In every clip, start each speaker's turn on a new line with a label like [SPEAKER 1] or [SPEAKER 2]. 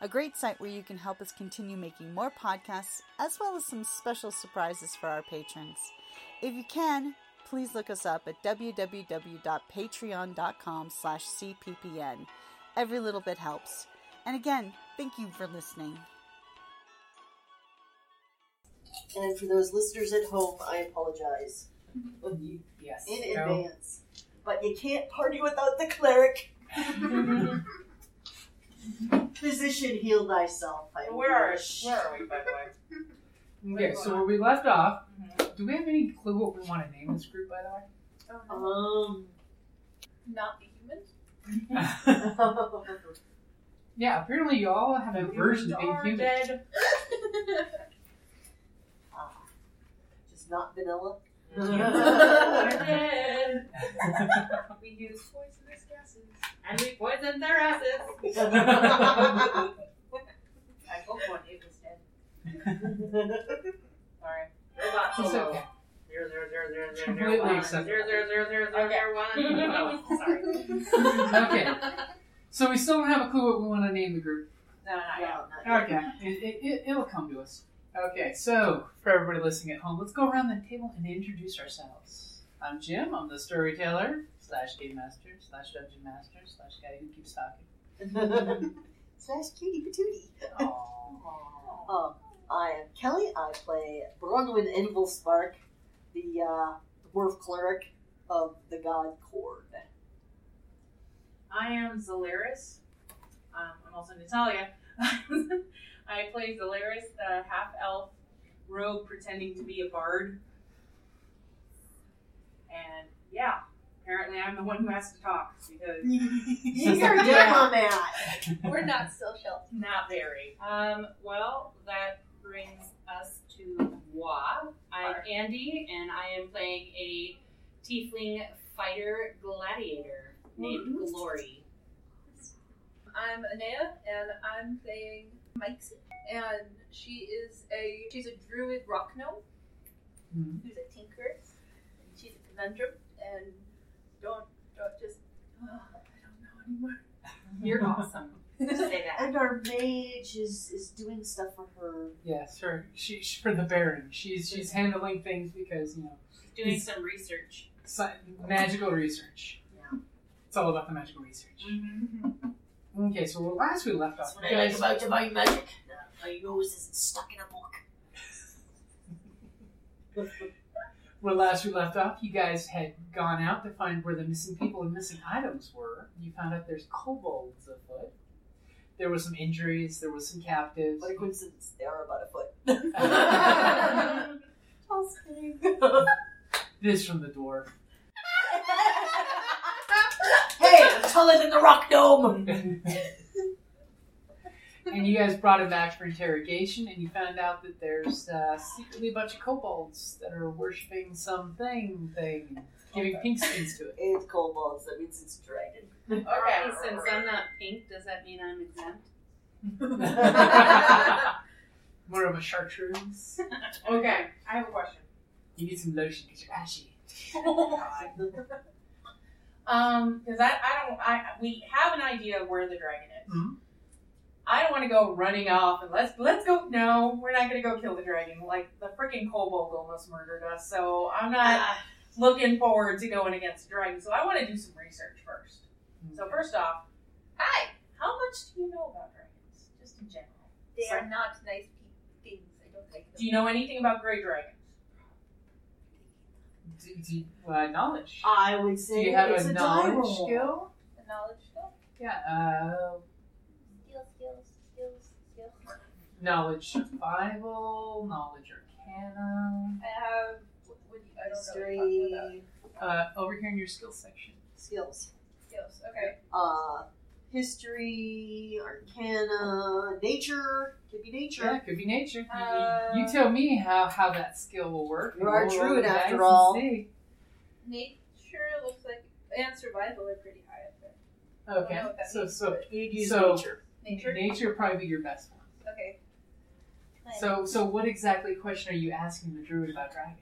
[SPEAKER 1] a great site where you can help us continue making more podcasts, as well as some special surprises for our patrons. If you can, please look us up at www.patreon.com slash cppn. Every little bit helps. And again, thank you for listening.
[SPEAKER 2] And for those listeners at home, I apologize
[SPEAKER 3] Yes.
[SPEAKER 2] in advance. But you can't party without the cleric. Physician, heal thyself. I
[SPEAKER 3] Where are,
[SPEAKER 2] wish.
[SPEAKER 3] where are we, by the way?
[SPEAKER 4] Okay, so where we left off, do we have any clue what we want to name this group, by
[SPEAKER 2] Um.
[SPEAKER 5] Not the humans.
[SPEAKER 4] the way? yeah, apparently you all have a version of being
[SPEAKER 3] are
[SPEAKER 4] human.
[SPEAKER 3] dead.
[SPEAKER 2] Just not vanilla.
[SPEAKER 3] They're dead.
[SPEAKER 5] We use poisonous gases.
[SPEAKER 3] And we poisoned their asses.
[SPEAKER 5] I hope one it was dead.
[SPEAKER 3] Sorry. Robot
[SPEAKER 4] It's
[SPEAKER 3] solo.
[SPEAKER 4] okay.
[SPEAKER 3] Zero, zero, zero, zero, zero,
[SPEAKER 4] Completely
[SPEAKER 3] zero, one.
[SPEAKER 4] acceptable.
[SPEAKER 3] Zero, zero, zero, zero, zero,
[SPEAKER 5] Okay.
[SPEAKER 3] zero, one. Oh, Sorry. No,
[SPEAKER 4] okay. So we still don't have a clue what we want to name the group.
[SPEAKER 3] not yet.
[SPEAKER 2] Well, not yet.
[SPEAKER 4] Okay. It, it, it, it'll come to us. Okay, so for everybody listening at home, let's go around the table and introduce ourselves. I'm Jim. I'm the storyteller slash game master slash dungeon master slash guy who keeps talking.
[SPEAKER 2] Slash cutie patootie.
[SPEAKER 4] Aww.
[SPEAKER 2] Um, I am Kelly. I play Bronwyn Envil Spark, the uh, dwarf cleric of the god Cord.
[SPEAKER 3] I am Zalaris. Um, I'm also Natalia. I play Zalaris, the half elf rogue pretending to be a bard. And yeah, apparently I'm the one who has to talk because
[SPEAKER 2] You're down on that.
[SPEAKER 5] We're not social.
[SPEAKER 3] not very. Um, well, that brings us to Wa.
[SPEAKER 5] I'm
[SPEAKER 3] Andy, and I am playing a tiefling fighter gladiator
[SPEAKER 2] named
[SPEAKER 3] Glory.
[SPEAKER 5] I'm Anea, and I'm playing Mixie, and she is a she's a druid rock gnome
[SPEAKER 4] Hmm.
[SPEAKER 5] who's a tinker. And she's a conundrum, and don't don't just uh, I don't know anymore.
[SPEAKER 3] You're awesome. Just say that.
[SPEAKER 2] And our mage is, is doing stuff for her.
[SPEAKER 4] Yes, her. She, she for the Baron. She's she's handling things because you know
[SPEAKER 3] doing some research.
[SPEAKER 4] sci- magical research.
[SPEAKER 2] Yeah.
[SPEAKER 4] It's all about the magical research. Okay, so well, last we left off,
[SPEAKER 2] Mm-hmm. That's
[SPEAKER 4] you
[SPEAKER 2] what I like
[SPEAKER 4] guys-
[SPEAKER 2] about divine magic. My nose isn't stuck in a book.
[SPEAKER 4] where last we left off, you guys had gone out to find where the missing people and missing items were. You found out there's kobolds afoot. There were some injuries. There was some captives.
[SPEAKER 2] What a coincidence. They are about a foot.
[SPEAKER 4] this from the dwarf.
[SPEAKER 2] Hey, I'm taller than the rock dome.
[SPEAKER 4] and you guys brought him back for interrogation, and you found out that there's uh, secretly a bunch of kobolds that are worshiping something thing, giving pink skins to it.
[SPEAKER 2] It's kobolds. That means it's dragon.
[SPEAKER 3] Okay, since I'm not pink, does that mean I'm exempt?
[SPEAKER 4] More of a chartreuse.
[SPEAKER 3] Okay, I have a question.
[SPEAKER 4] You need some lotion because you're ashy.
[SPEAKER 3] Um, because I, I don't, I we have an idea of where the dragon is.
[SPEAKER 4] Mhm.
[SPEAKER 3] I don't want to go running off and let's let's go. No, we're not gonna go kill the dragon. Like the freaking kobold almost murdered us, so I'm not looking forward to going against the dragon. So I want to do some research first. So first off, hi, how much do you know about dragons? Just in general.
[SPEAKER 5] They
[SPEAKER 3] So-
[SPEAKER 5] are not nice pe- things. I don't like them.
[SPEAKER 3] Do you know anything about gray dragons?
[SPEAKER 4] Do, do, uh, knowledge.
[SPEAKER 2] I would
[SPEAKER 4] do
[SPEAKER 2] say
[SPEAKER 4] you have
[SPEAKER 2] it's
[SPEAKER 4] a,
[SPEAKER 2] a, die
[SPEAKER 4] knowledge
[SPEAKER 2] roll.
[SPEAKER 4] skill?
[SPEAKER 5] The knowledge though?
[SPEAKER 4] Yeah. Uh,
[SPEAKER 5] Skills, skills, skills, skills.
[SPEAKER 4] knowledge survival, knowledge arcana.
[SPEAKER 5] I have. What, what do you, I don't know what you're talking about.
[SPEAKER 2] History
[SPEAKER 4] Uh, over here in your skill section.
[SPEAKER 2] skills.
[SPEAKER 5] Skills. Okay.
[SPEAKER 2] Uh, history, arcana, nature. Could be
[SPEAKER 4] Yeah,
[SPEAKER 2] nature.
[SPEAKER 4] it could be nature. You-
[SPEAKER 5] Uh,
[SPEAKER 4] you tell me how, how that skill will work.
[SPEAKER 2] You are
[SPEAKER 4] We'll
[SPEAKER 2] a
[SPEAKER 4] roll
[SPEAKER 2] druid
[SPEAKER 4] the
[SPEAKER 2] after
[SPEAKER 4] dice and
[SPEAKER 2] all.
[SPEAKER 4] see.
[SPEAKER 5] Nature looks like and survival are pretty high up there.
[SPEAKER 4] Okay,
[SPEAKER 5] know what that
[SPEAKER 4] so
[SPEAKER 5] means,
[SPEAKER 4] so
[SPEAKER 2] You'd use
[SPEAKER 4] So-
[SPEAKER 2] nature.
[SPEAKER 5] Nature.
[SPEAKER 4] nature would probably be your best one.
[SPEAKER 5] Okay.
[SPEAKER 4] So so what exactly question are you asking the druid about dragons?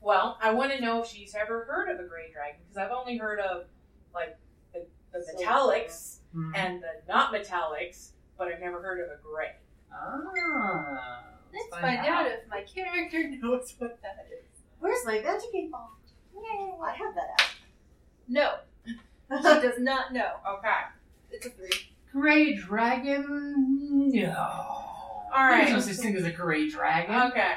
[SPEAKER 3] Well, I want to know if she's ever heard of a gray dragon because I've only heard of like the, the
[SPEAKER 2] So-
[SPEAKER 3] metallics
[SPEAKER 4] Hmm.
[SPEAKER 3] and the not metallics, but I've never heard of a gray.
[SPEAKER 4] Ah,
[SPEAKER 5] Let's find out if my character knows what that is.
[SPEAKER 2] Where's my magic eight ball? I have that app.
[SPEAKER 5] No, she does not know.
[SPEAKER 3] Okay.
[SPEAKER 5] It's a three.
[SPEAKER 4] Gray dragon. No. All
[SPEAKER 3] right. Um,
[SPEAKER 4] There's no such thing as a gray dragon.
[SPEAKER 3] Okay.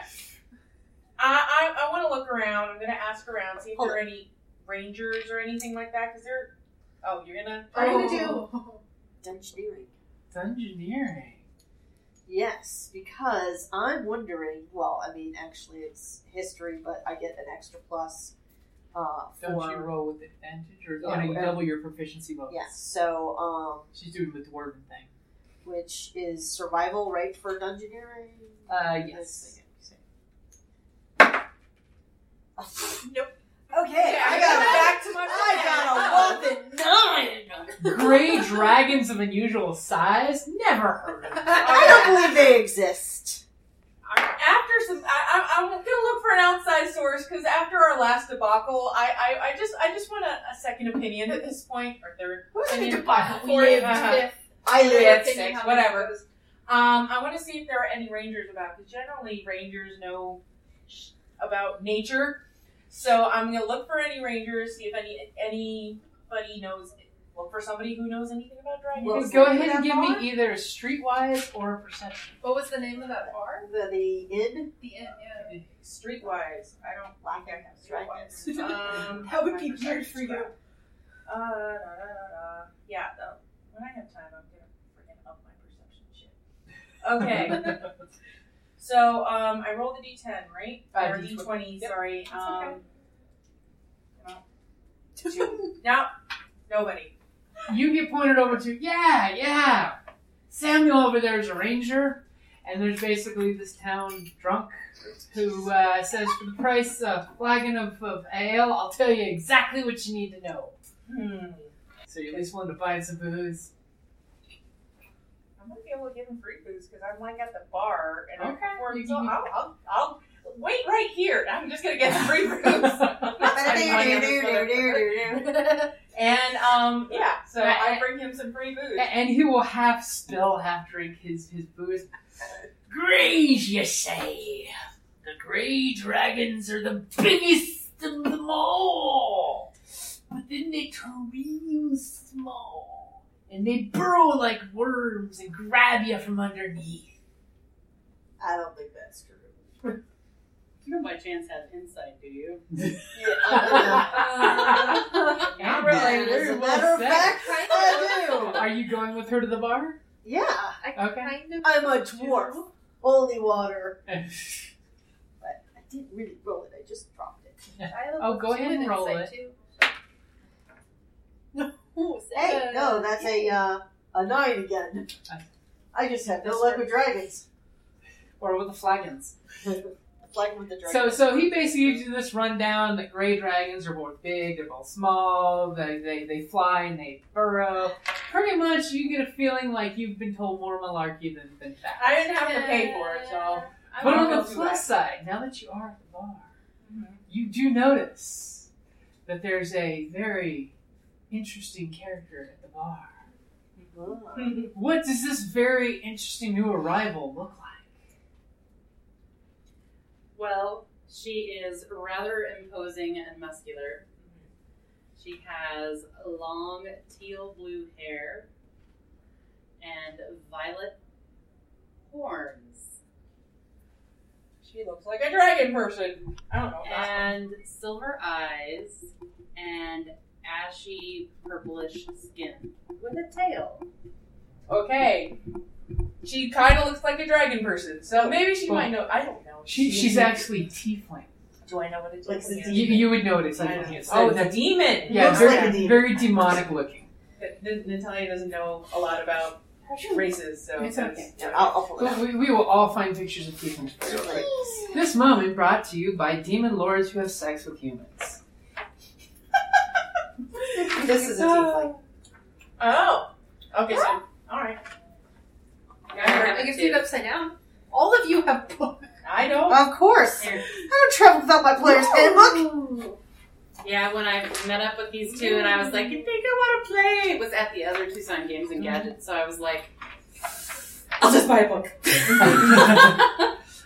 [SPEAKER 3] I I, I want to look around. I'm gonna ask around, see if
[SPEAKER 2] Hold
[SPEAKER 3] there are any rangers or anything like that. Because they're oh, you're gonna
[SPEAKER 2] I'm gonna
[SPEAKER 5] Oh.
[SPEAKER 2] do dungeoneering.
[SPEAKER 4] Dungeoneering.
[SPEAKER 2] Yes, because I'm wondering. Well, I mean, actually, it's history, but I get an extra plus uh,
[SPEAKER 4] Don't you
[SPEAKER 2] for.
[SPEAKER 4] roll with advantage, or oh,
[SPEAKER 2] Yeah,
[SPEAKER 4] no, you
[SPEAKER 2] well-
[SPEAKER 4] double your proficiency bonus?
[SPEAKER 2] Yes, so um,
[SPEAKER 4] She's doing the dwarven thing.
[SPEAKER 2] which is survival, right, for dungeoneering?
[SPEAKER 4] Uh, yes.
[SPEAKER 2] nope.
[SPEAKER 3] Oh.
[SPEAKER 2] Okay, I got a
[SPEAKER 3] back to my.
[SPEAKER 2] I got a whopping nine.
[SPEAKER 4] Gray dragons of unusual size? Never heard of them.
[SPEAKER 2] I don't believe they exist.
[SPEAKER 3] After some, I, I, I'm gonna look for an outside source because after our last debacle, I, I, I just, I just want a, a second opinion at this point or third.
[SPEAKER 2] Who's
[SPEAKER 3] I
[SPEAKER 2] in
[SPEAKER 3] mean,
[SPEAKER 2] debacle?
[SPEAKER 3] fourth, uh,
[SPEAKER 2] I
[SPEAKER 3] Yeah,
[SPEAKER 2] live.
[SPEAKER 3] six, whatever. Um, I want to see if there are any rangers about because generally rangers know sh- about nature. So I'm gonna look for any rangers, see if any anybody knows. Look for somebody who knows anything about dragons.
[SPEAKER 2] Well,
[SPEAKER 4] Go
[SPEAKER 2] so
[SPEAKER 4] ahead
[SPEAKER 2] that
[SPEAKER 4] and give
[SPEAKER 2] bar?
[SPEAKER 4] me either a streetwise or a perception.
[SPEAKER 5] What was the name of that bar?
[SPEAKER 2] The, the inn.
[SPEAKER 5] The inn. Yeah.
[SPEAKER 3] Streetwise, I don't think I have
[SPEAKER 2] Dragons.
[SPEAKER 3] streetwise. Um,
[SPEAKER 2] That would be
[SPEAKER 3] my
[SPEAKER 2] weird for you.
[SPEAKER 3] perception's bad. Uh, da, da, da, da. Yeah, though, when I have time, I'm gonna freaking up my perception shit. Okay, so um, I rolled a d10, right?
[SPEAKER 4] Uh,
[SPEAKER 3] or
[SPEAKER 4] D20.
[SPEAKER 3] d20,
[SPEAKER 4] Yep.
[SPEAKER 3] sorry.
[SPEAKER 5] That's okay.
[SPEAKER 3] Um, no, nobody.
[SPEAKER 4] you get pointed over to, yeah, yeah. Samuel over there is a ranger, and there's basically this town drunk who uh, says, for the price of a flagon of, of ale, I'll tell you exactly what you need to know.
[SPEAKER 3] Hmm.
[SPEAKER 4] So you're at least willing to find some booze.
[SPEAKER 3] I'm gonna be able to give him free booze because I'm like at the bar and
[SPEAKER 4] Okay.
[SPEAKER 3] I'm performing.
[SPEAKER 4] You-
[SPEAKER 3] So
[SPEAKER 4] you-
[SPEAKER 3] I'll, I'll, I'll wait right here. and I'm just gonna get some free booze. and um, yeah, so I bring him some free booze.
[SPEAKER 4] A- And he will half spill, half drink his, his booze. Greys, you say? The grey dragons are the biggest of them all. But then they turn real small. And they burrow like worms and grab you from underneath.
[SPEAKER 2] I don't think that's true.
[SPEAKER 6] You don't by chance have insight, do you?
[SPEAKER 3] Not
[SPEAKER 2] uh, As
[SPEAKER 3] really.
[SPEAKER 4] Very
[SPEAKER 2] a
[SPEAKER 4] well
[SPEAKER 2] matter of
[SPEAKER 4] said.
[SPEAKER 2] fact,
[SPEAKER 5] Kind
[SPEAKER 2] I do.
[SPEAKER 4] Are you going with her to the bar?
[SPEAKER 2] Yeah,
[SPEAKER 5] I
[SPEAKER 4] Okay.
[SPEAKER 5] kind of.
[SPEAKER 2] I'm a dwarf. Holy water.
[SPEAKER 4] That's
[SPEAKER 2] But I didn't really roll it. I just dropped it.
[SPEAKER 5] I have a
[SPEAKER 4] Oh, go
[SPEAKER 5] two
[SPEAKER 4] ahead and
[SPEAKER 5] in
[SPEAKER 4] roll
[SPEAKER 5] insight,
[SPEAKER 4] it.
[SPEAKER 5] too.
[SPEAKER 2] Ooh, hey, no, that's a uh, a nine again. I just had no luck with dragons.
[SPEAKER 4] Or with the flagons.
[SPEAKER 2] Like with the dragons.
[SPEAKER 4] So, so he basically gives you this rundown that gray dragons are both big, they're both small, they, they, they fly and they burrow. Pretty much, you get a feeling like you've been told more malarkey than, than fact.
[SPEAKER 3] I didn't have to pay for it, so.
[SPEAKER 5] I
[SPEAKER 4] but
[SPEAKER 3] will
[SPEAKER 4] on
[SPEAKER 5] won't
[SPEAKER 4] the
[SPEAKER 3] go do
[SPEAKER 4] plus
[SPEAKER 3] that.
[SPEAKER 4] side, now that you are at the bar, you do notice that there's a very interesting character at the bar.
[SPEAKER 2] Uh,
[SPEAKER 4] What does this very interesting new arrival look like?
[SPEAKER 6] Well, she is rather imposing and muscular. She has long teal blue hair and violet horns
[SPEAKER 3] She looks like a dragon person. I don't know.
[SPEAKER 6] and silver eyes and ashy purplish skin with a tail.
[SPEAKER 3] Okay. She kind of looks like a dragon person, so maybe she
[SPEAKER 4] Well,
[SPEAKER 3] might know. I don't know.
[SPEAKER 4] She, she's actually tiefling.
[SPEAKER 3] Do I know what it is?
[SPEAKER 2] Like the
[SPEAKER 4] You, you would notice. I think. It's,
[SPEAKER 3] oh, it's a
[SPEAKER 4] that's,
[SPEAKER 3] demon.
[SPEAKER 4] yeah,
[SPEAKER 2] Looks
[SPEAKER 4] very,
[SPEAKER 2] like a demon.
[SPEAKER 4] very demonic looking.
[SPEAKER 3] But N- Natalia doesn't know a lot about races, so
[SPEAKER 4] It's
[SPEAKER 3] that's-
[SPEAKER 4] okay.
[SPEAKER 2] Yeah, I'll, I'll pull it
[SPEAKER 4] But
[SPEAKER 2] out.
[SPEAKER 4] we, we will all find pictures of tieflings real quick. This moment brought to you by demon lords who have sex with humans.
[SPEAKER 2] This is a tiefling.
[SPEAKER 3] Oh. Okay. So all right.
[SPEAKER 5] I can see it upside down. All of you have books.
[SPEAKER 3] I don't.
[SPEAKER 1] Of course. I don't travel without my player's handbook.
[SPEAKER 6] Yeah, when I met up with these two and I was like, I think I want to play, it was at the other Tucson Games and Gadgets, so I was like, I'll just buy a book.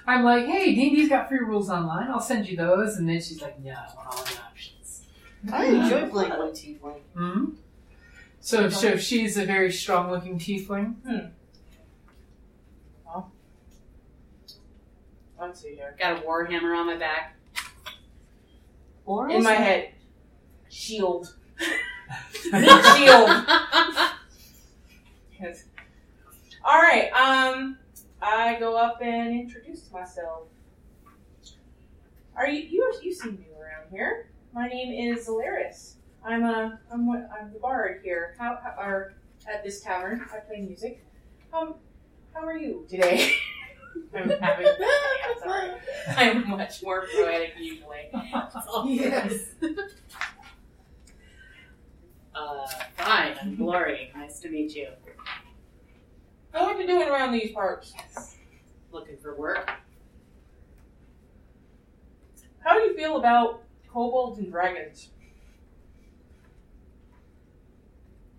[SPEAKER 4] I'm like, hey, D&D's got free rules online. I'll send you those. And then she's like, no, I want all the options.
[SPEAKER 2] I enjoy playing my tiefling.
[SPEAKER 4] Hmm? So, so she's a very strong-looking tiefling.
[SPEAKER 3] Let's see here.
[SPEAKER 6] Got a warhammer on my back.
[SPEAKER 4] Or
[SPEAKER 3] In my head, shield. Meat shield. Yes. All right. Um, I go up and introduce myself. Are you you you seem new around here? My name is Zalaris. I'm a I'm what I'm the bard here. How, how or at this tavern? I play music. Um, how are you today?
[SPEAKER 6] I'm having, yeah, sorry. I'm much more poetic usually.
[SPEAKER 4] yes.
[SPEAKER 6] Uh, fine, I'm Glory. Nice to meet you.
[SPEAKER 3] Oh, what are you doing around these parts?
[SPEAKER 6] Looking for work?
[SPEAKER 3] How do you feel about kobolds and dragons?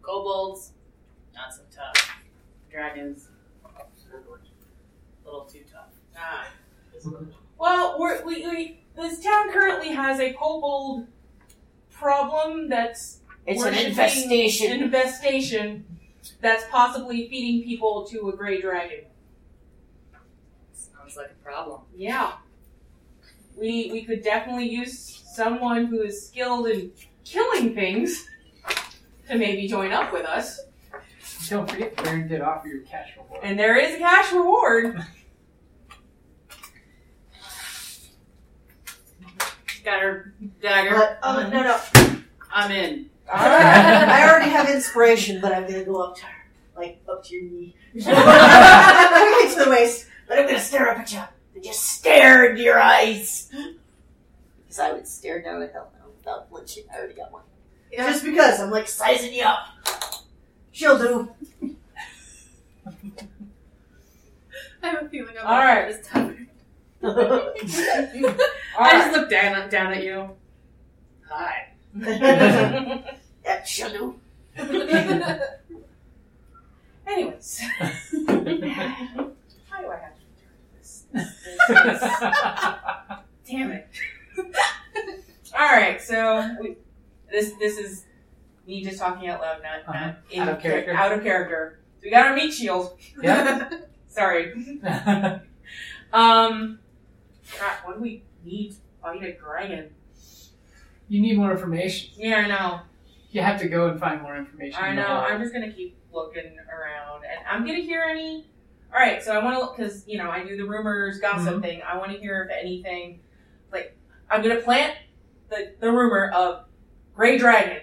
[SPEAKER 6] Kobolds, not so tough. Dragons, a little too tough.
[SPEAKER 3] Ah. Well, we're, we, we this town currently has a kobold problem that's
[SPEAKER 2] It's
[SPEAKER 3] we're
[SPEAKER 2] an
[SPEAKER 3] shipping-
[SPEAKER 2] infestation.
[SPEAKER 3] Infestation that's possibly feeding people to a gray dragon.
[SPEAKER 6] Sounds like a problem.
[SPEAKER 3] Yeah. We we could definitely use someone who is skilled in killing things to maybe join up with us.
[SPEAKER 4] Don't forget, Baron did offer your cash reward.
[SPEAKER 3] And there is a cash reward.
[SPEAKER 6] Got her dagger.
[SPEAKER 2] But, oh, no, no.
[SPEAKER 6] I'm in.
[SPEAKER 3] All right.
[SPEAKER 2] I already have inspiration, but I'm gonna go up to her, like up to your knee. Okay, to the waist, but I'm gonna stare up at you and just stare into your eyes. Because I would stare down at hell now without flinching. I already got one. Just because I'm like sizing you up. She'll do.
[SPEAKER 5] I have a feeling I'm
[SPEAKER 3] All right.
[SPEAKER 5] this time.
[SPEAKER 3] All
[SPEAKER 6] I
[SPEAKER 3] right.
[SPEAKER 6] just look down down at you. Hi.
[SPEAKER 2] yeah, she'll do.
[SPEAKER 3] Anyways, how do I have to return this? Damn it! All right, so we, this this is me just talking out loud, not,
[SPEAKER 4] Uh-huh.
[SPEAKER 3] not in
[SPEAKER 4] Out of character.
[SPEAKER 3] Out of character. So we got our meat shield.
[SPEAKER 4] yeah.
[SPEAKER 3] Sorry. Um, God, what do we need to fight a dragon?
[SPEAKER 4] you need more information.
[SPEAKER 3] Yeah, I know.
[SPEAKER 4] You have to go and find more information.
[SPEAKER 3] I
[SPEAKER 4] in the
[SPEAKER 3] know.
[SPEAKER 4] hall.
[SPEAKER 3] I'm just gonna keep looking around, and I'm gonna hear any. All right, so I want to look because you know I do the rumors, gossip
[SPEAKER 4] Mhm.
[SPEAKER 3] thing. I want to hear if anything, like I'm gonna plant the the rumor of gray dragon,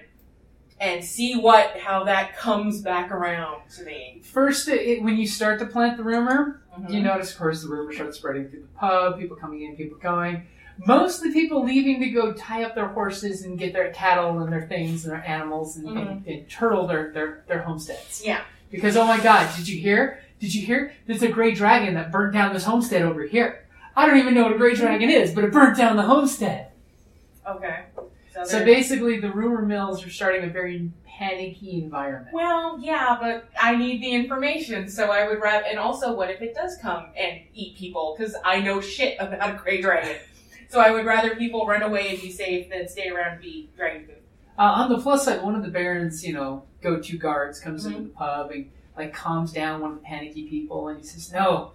[SPEAKER 3] and see what how that comes back around to me.
[SPEAKER 4] First, it, it- when you start to plant the rumor,
[SPEAKER 3] Mhm.
[SPEAKER 4] you notice, of course, the rumor starts spreading through the pub, people coming in, people going. Mostly people leaving to go tie up their horses and get their cattle and their things and their animals and, and, and turtle their, their, their homesteads.
[SPEAKER 3] Yeah.
[SPEAKER 4] Because, oh my god, did you hear? Did you hear? There's a gray dragon that burnt down this homestead over here. I don't even know what a gray dragon is, but it burnt down the homestead.
[SPEAKER 3] Mm-hmm. Okay. So,
[SPEAKER 4] So
[SPEAKER 3] there-
[SPEAKER 4] basically, the rumor mills are starting a very panicky environment.
[SPEAKER 3] well, yeah, but I need the information, so I would rather. And also, what if it does come and eat people? Because I know shit about a gray dragon. So I would rather people run away and be safe than stay around and be dragon food.
[SPEAKER 4] Uh, on the plus side, one of the Baron's, you know, go-to guards comes into the pub and like calms down one of the panicky people, and he says, "No,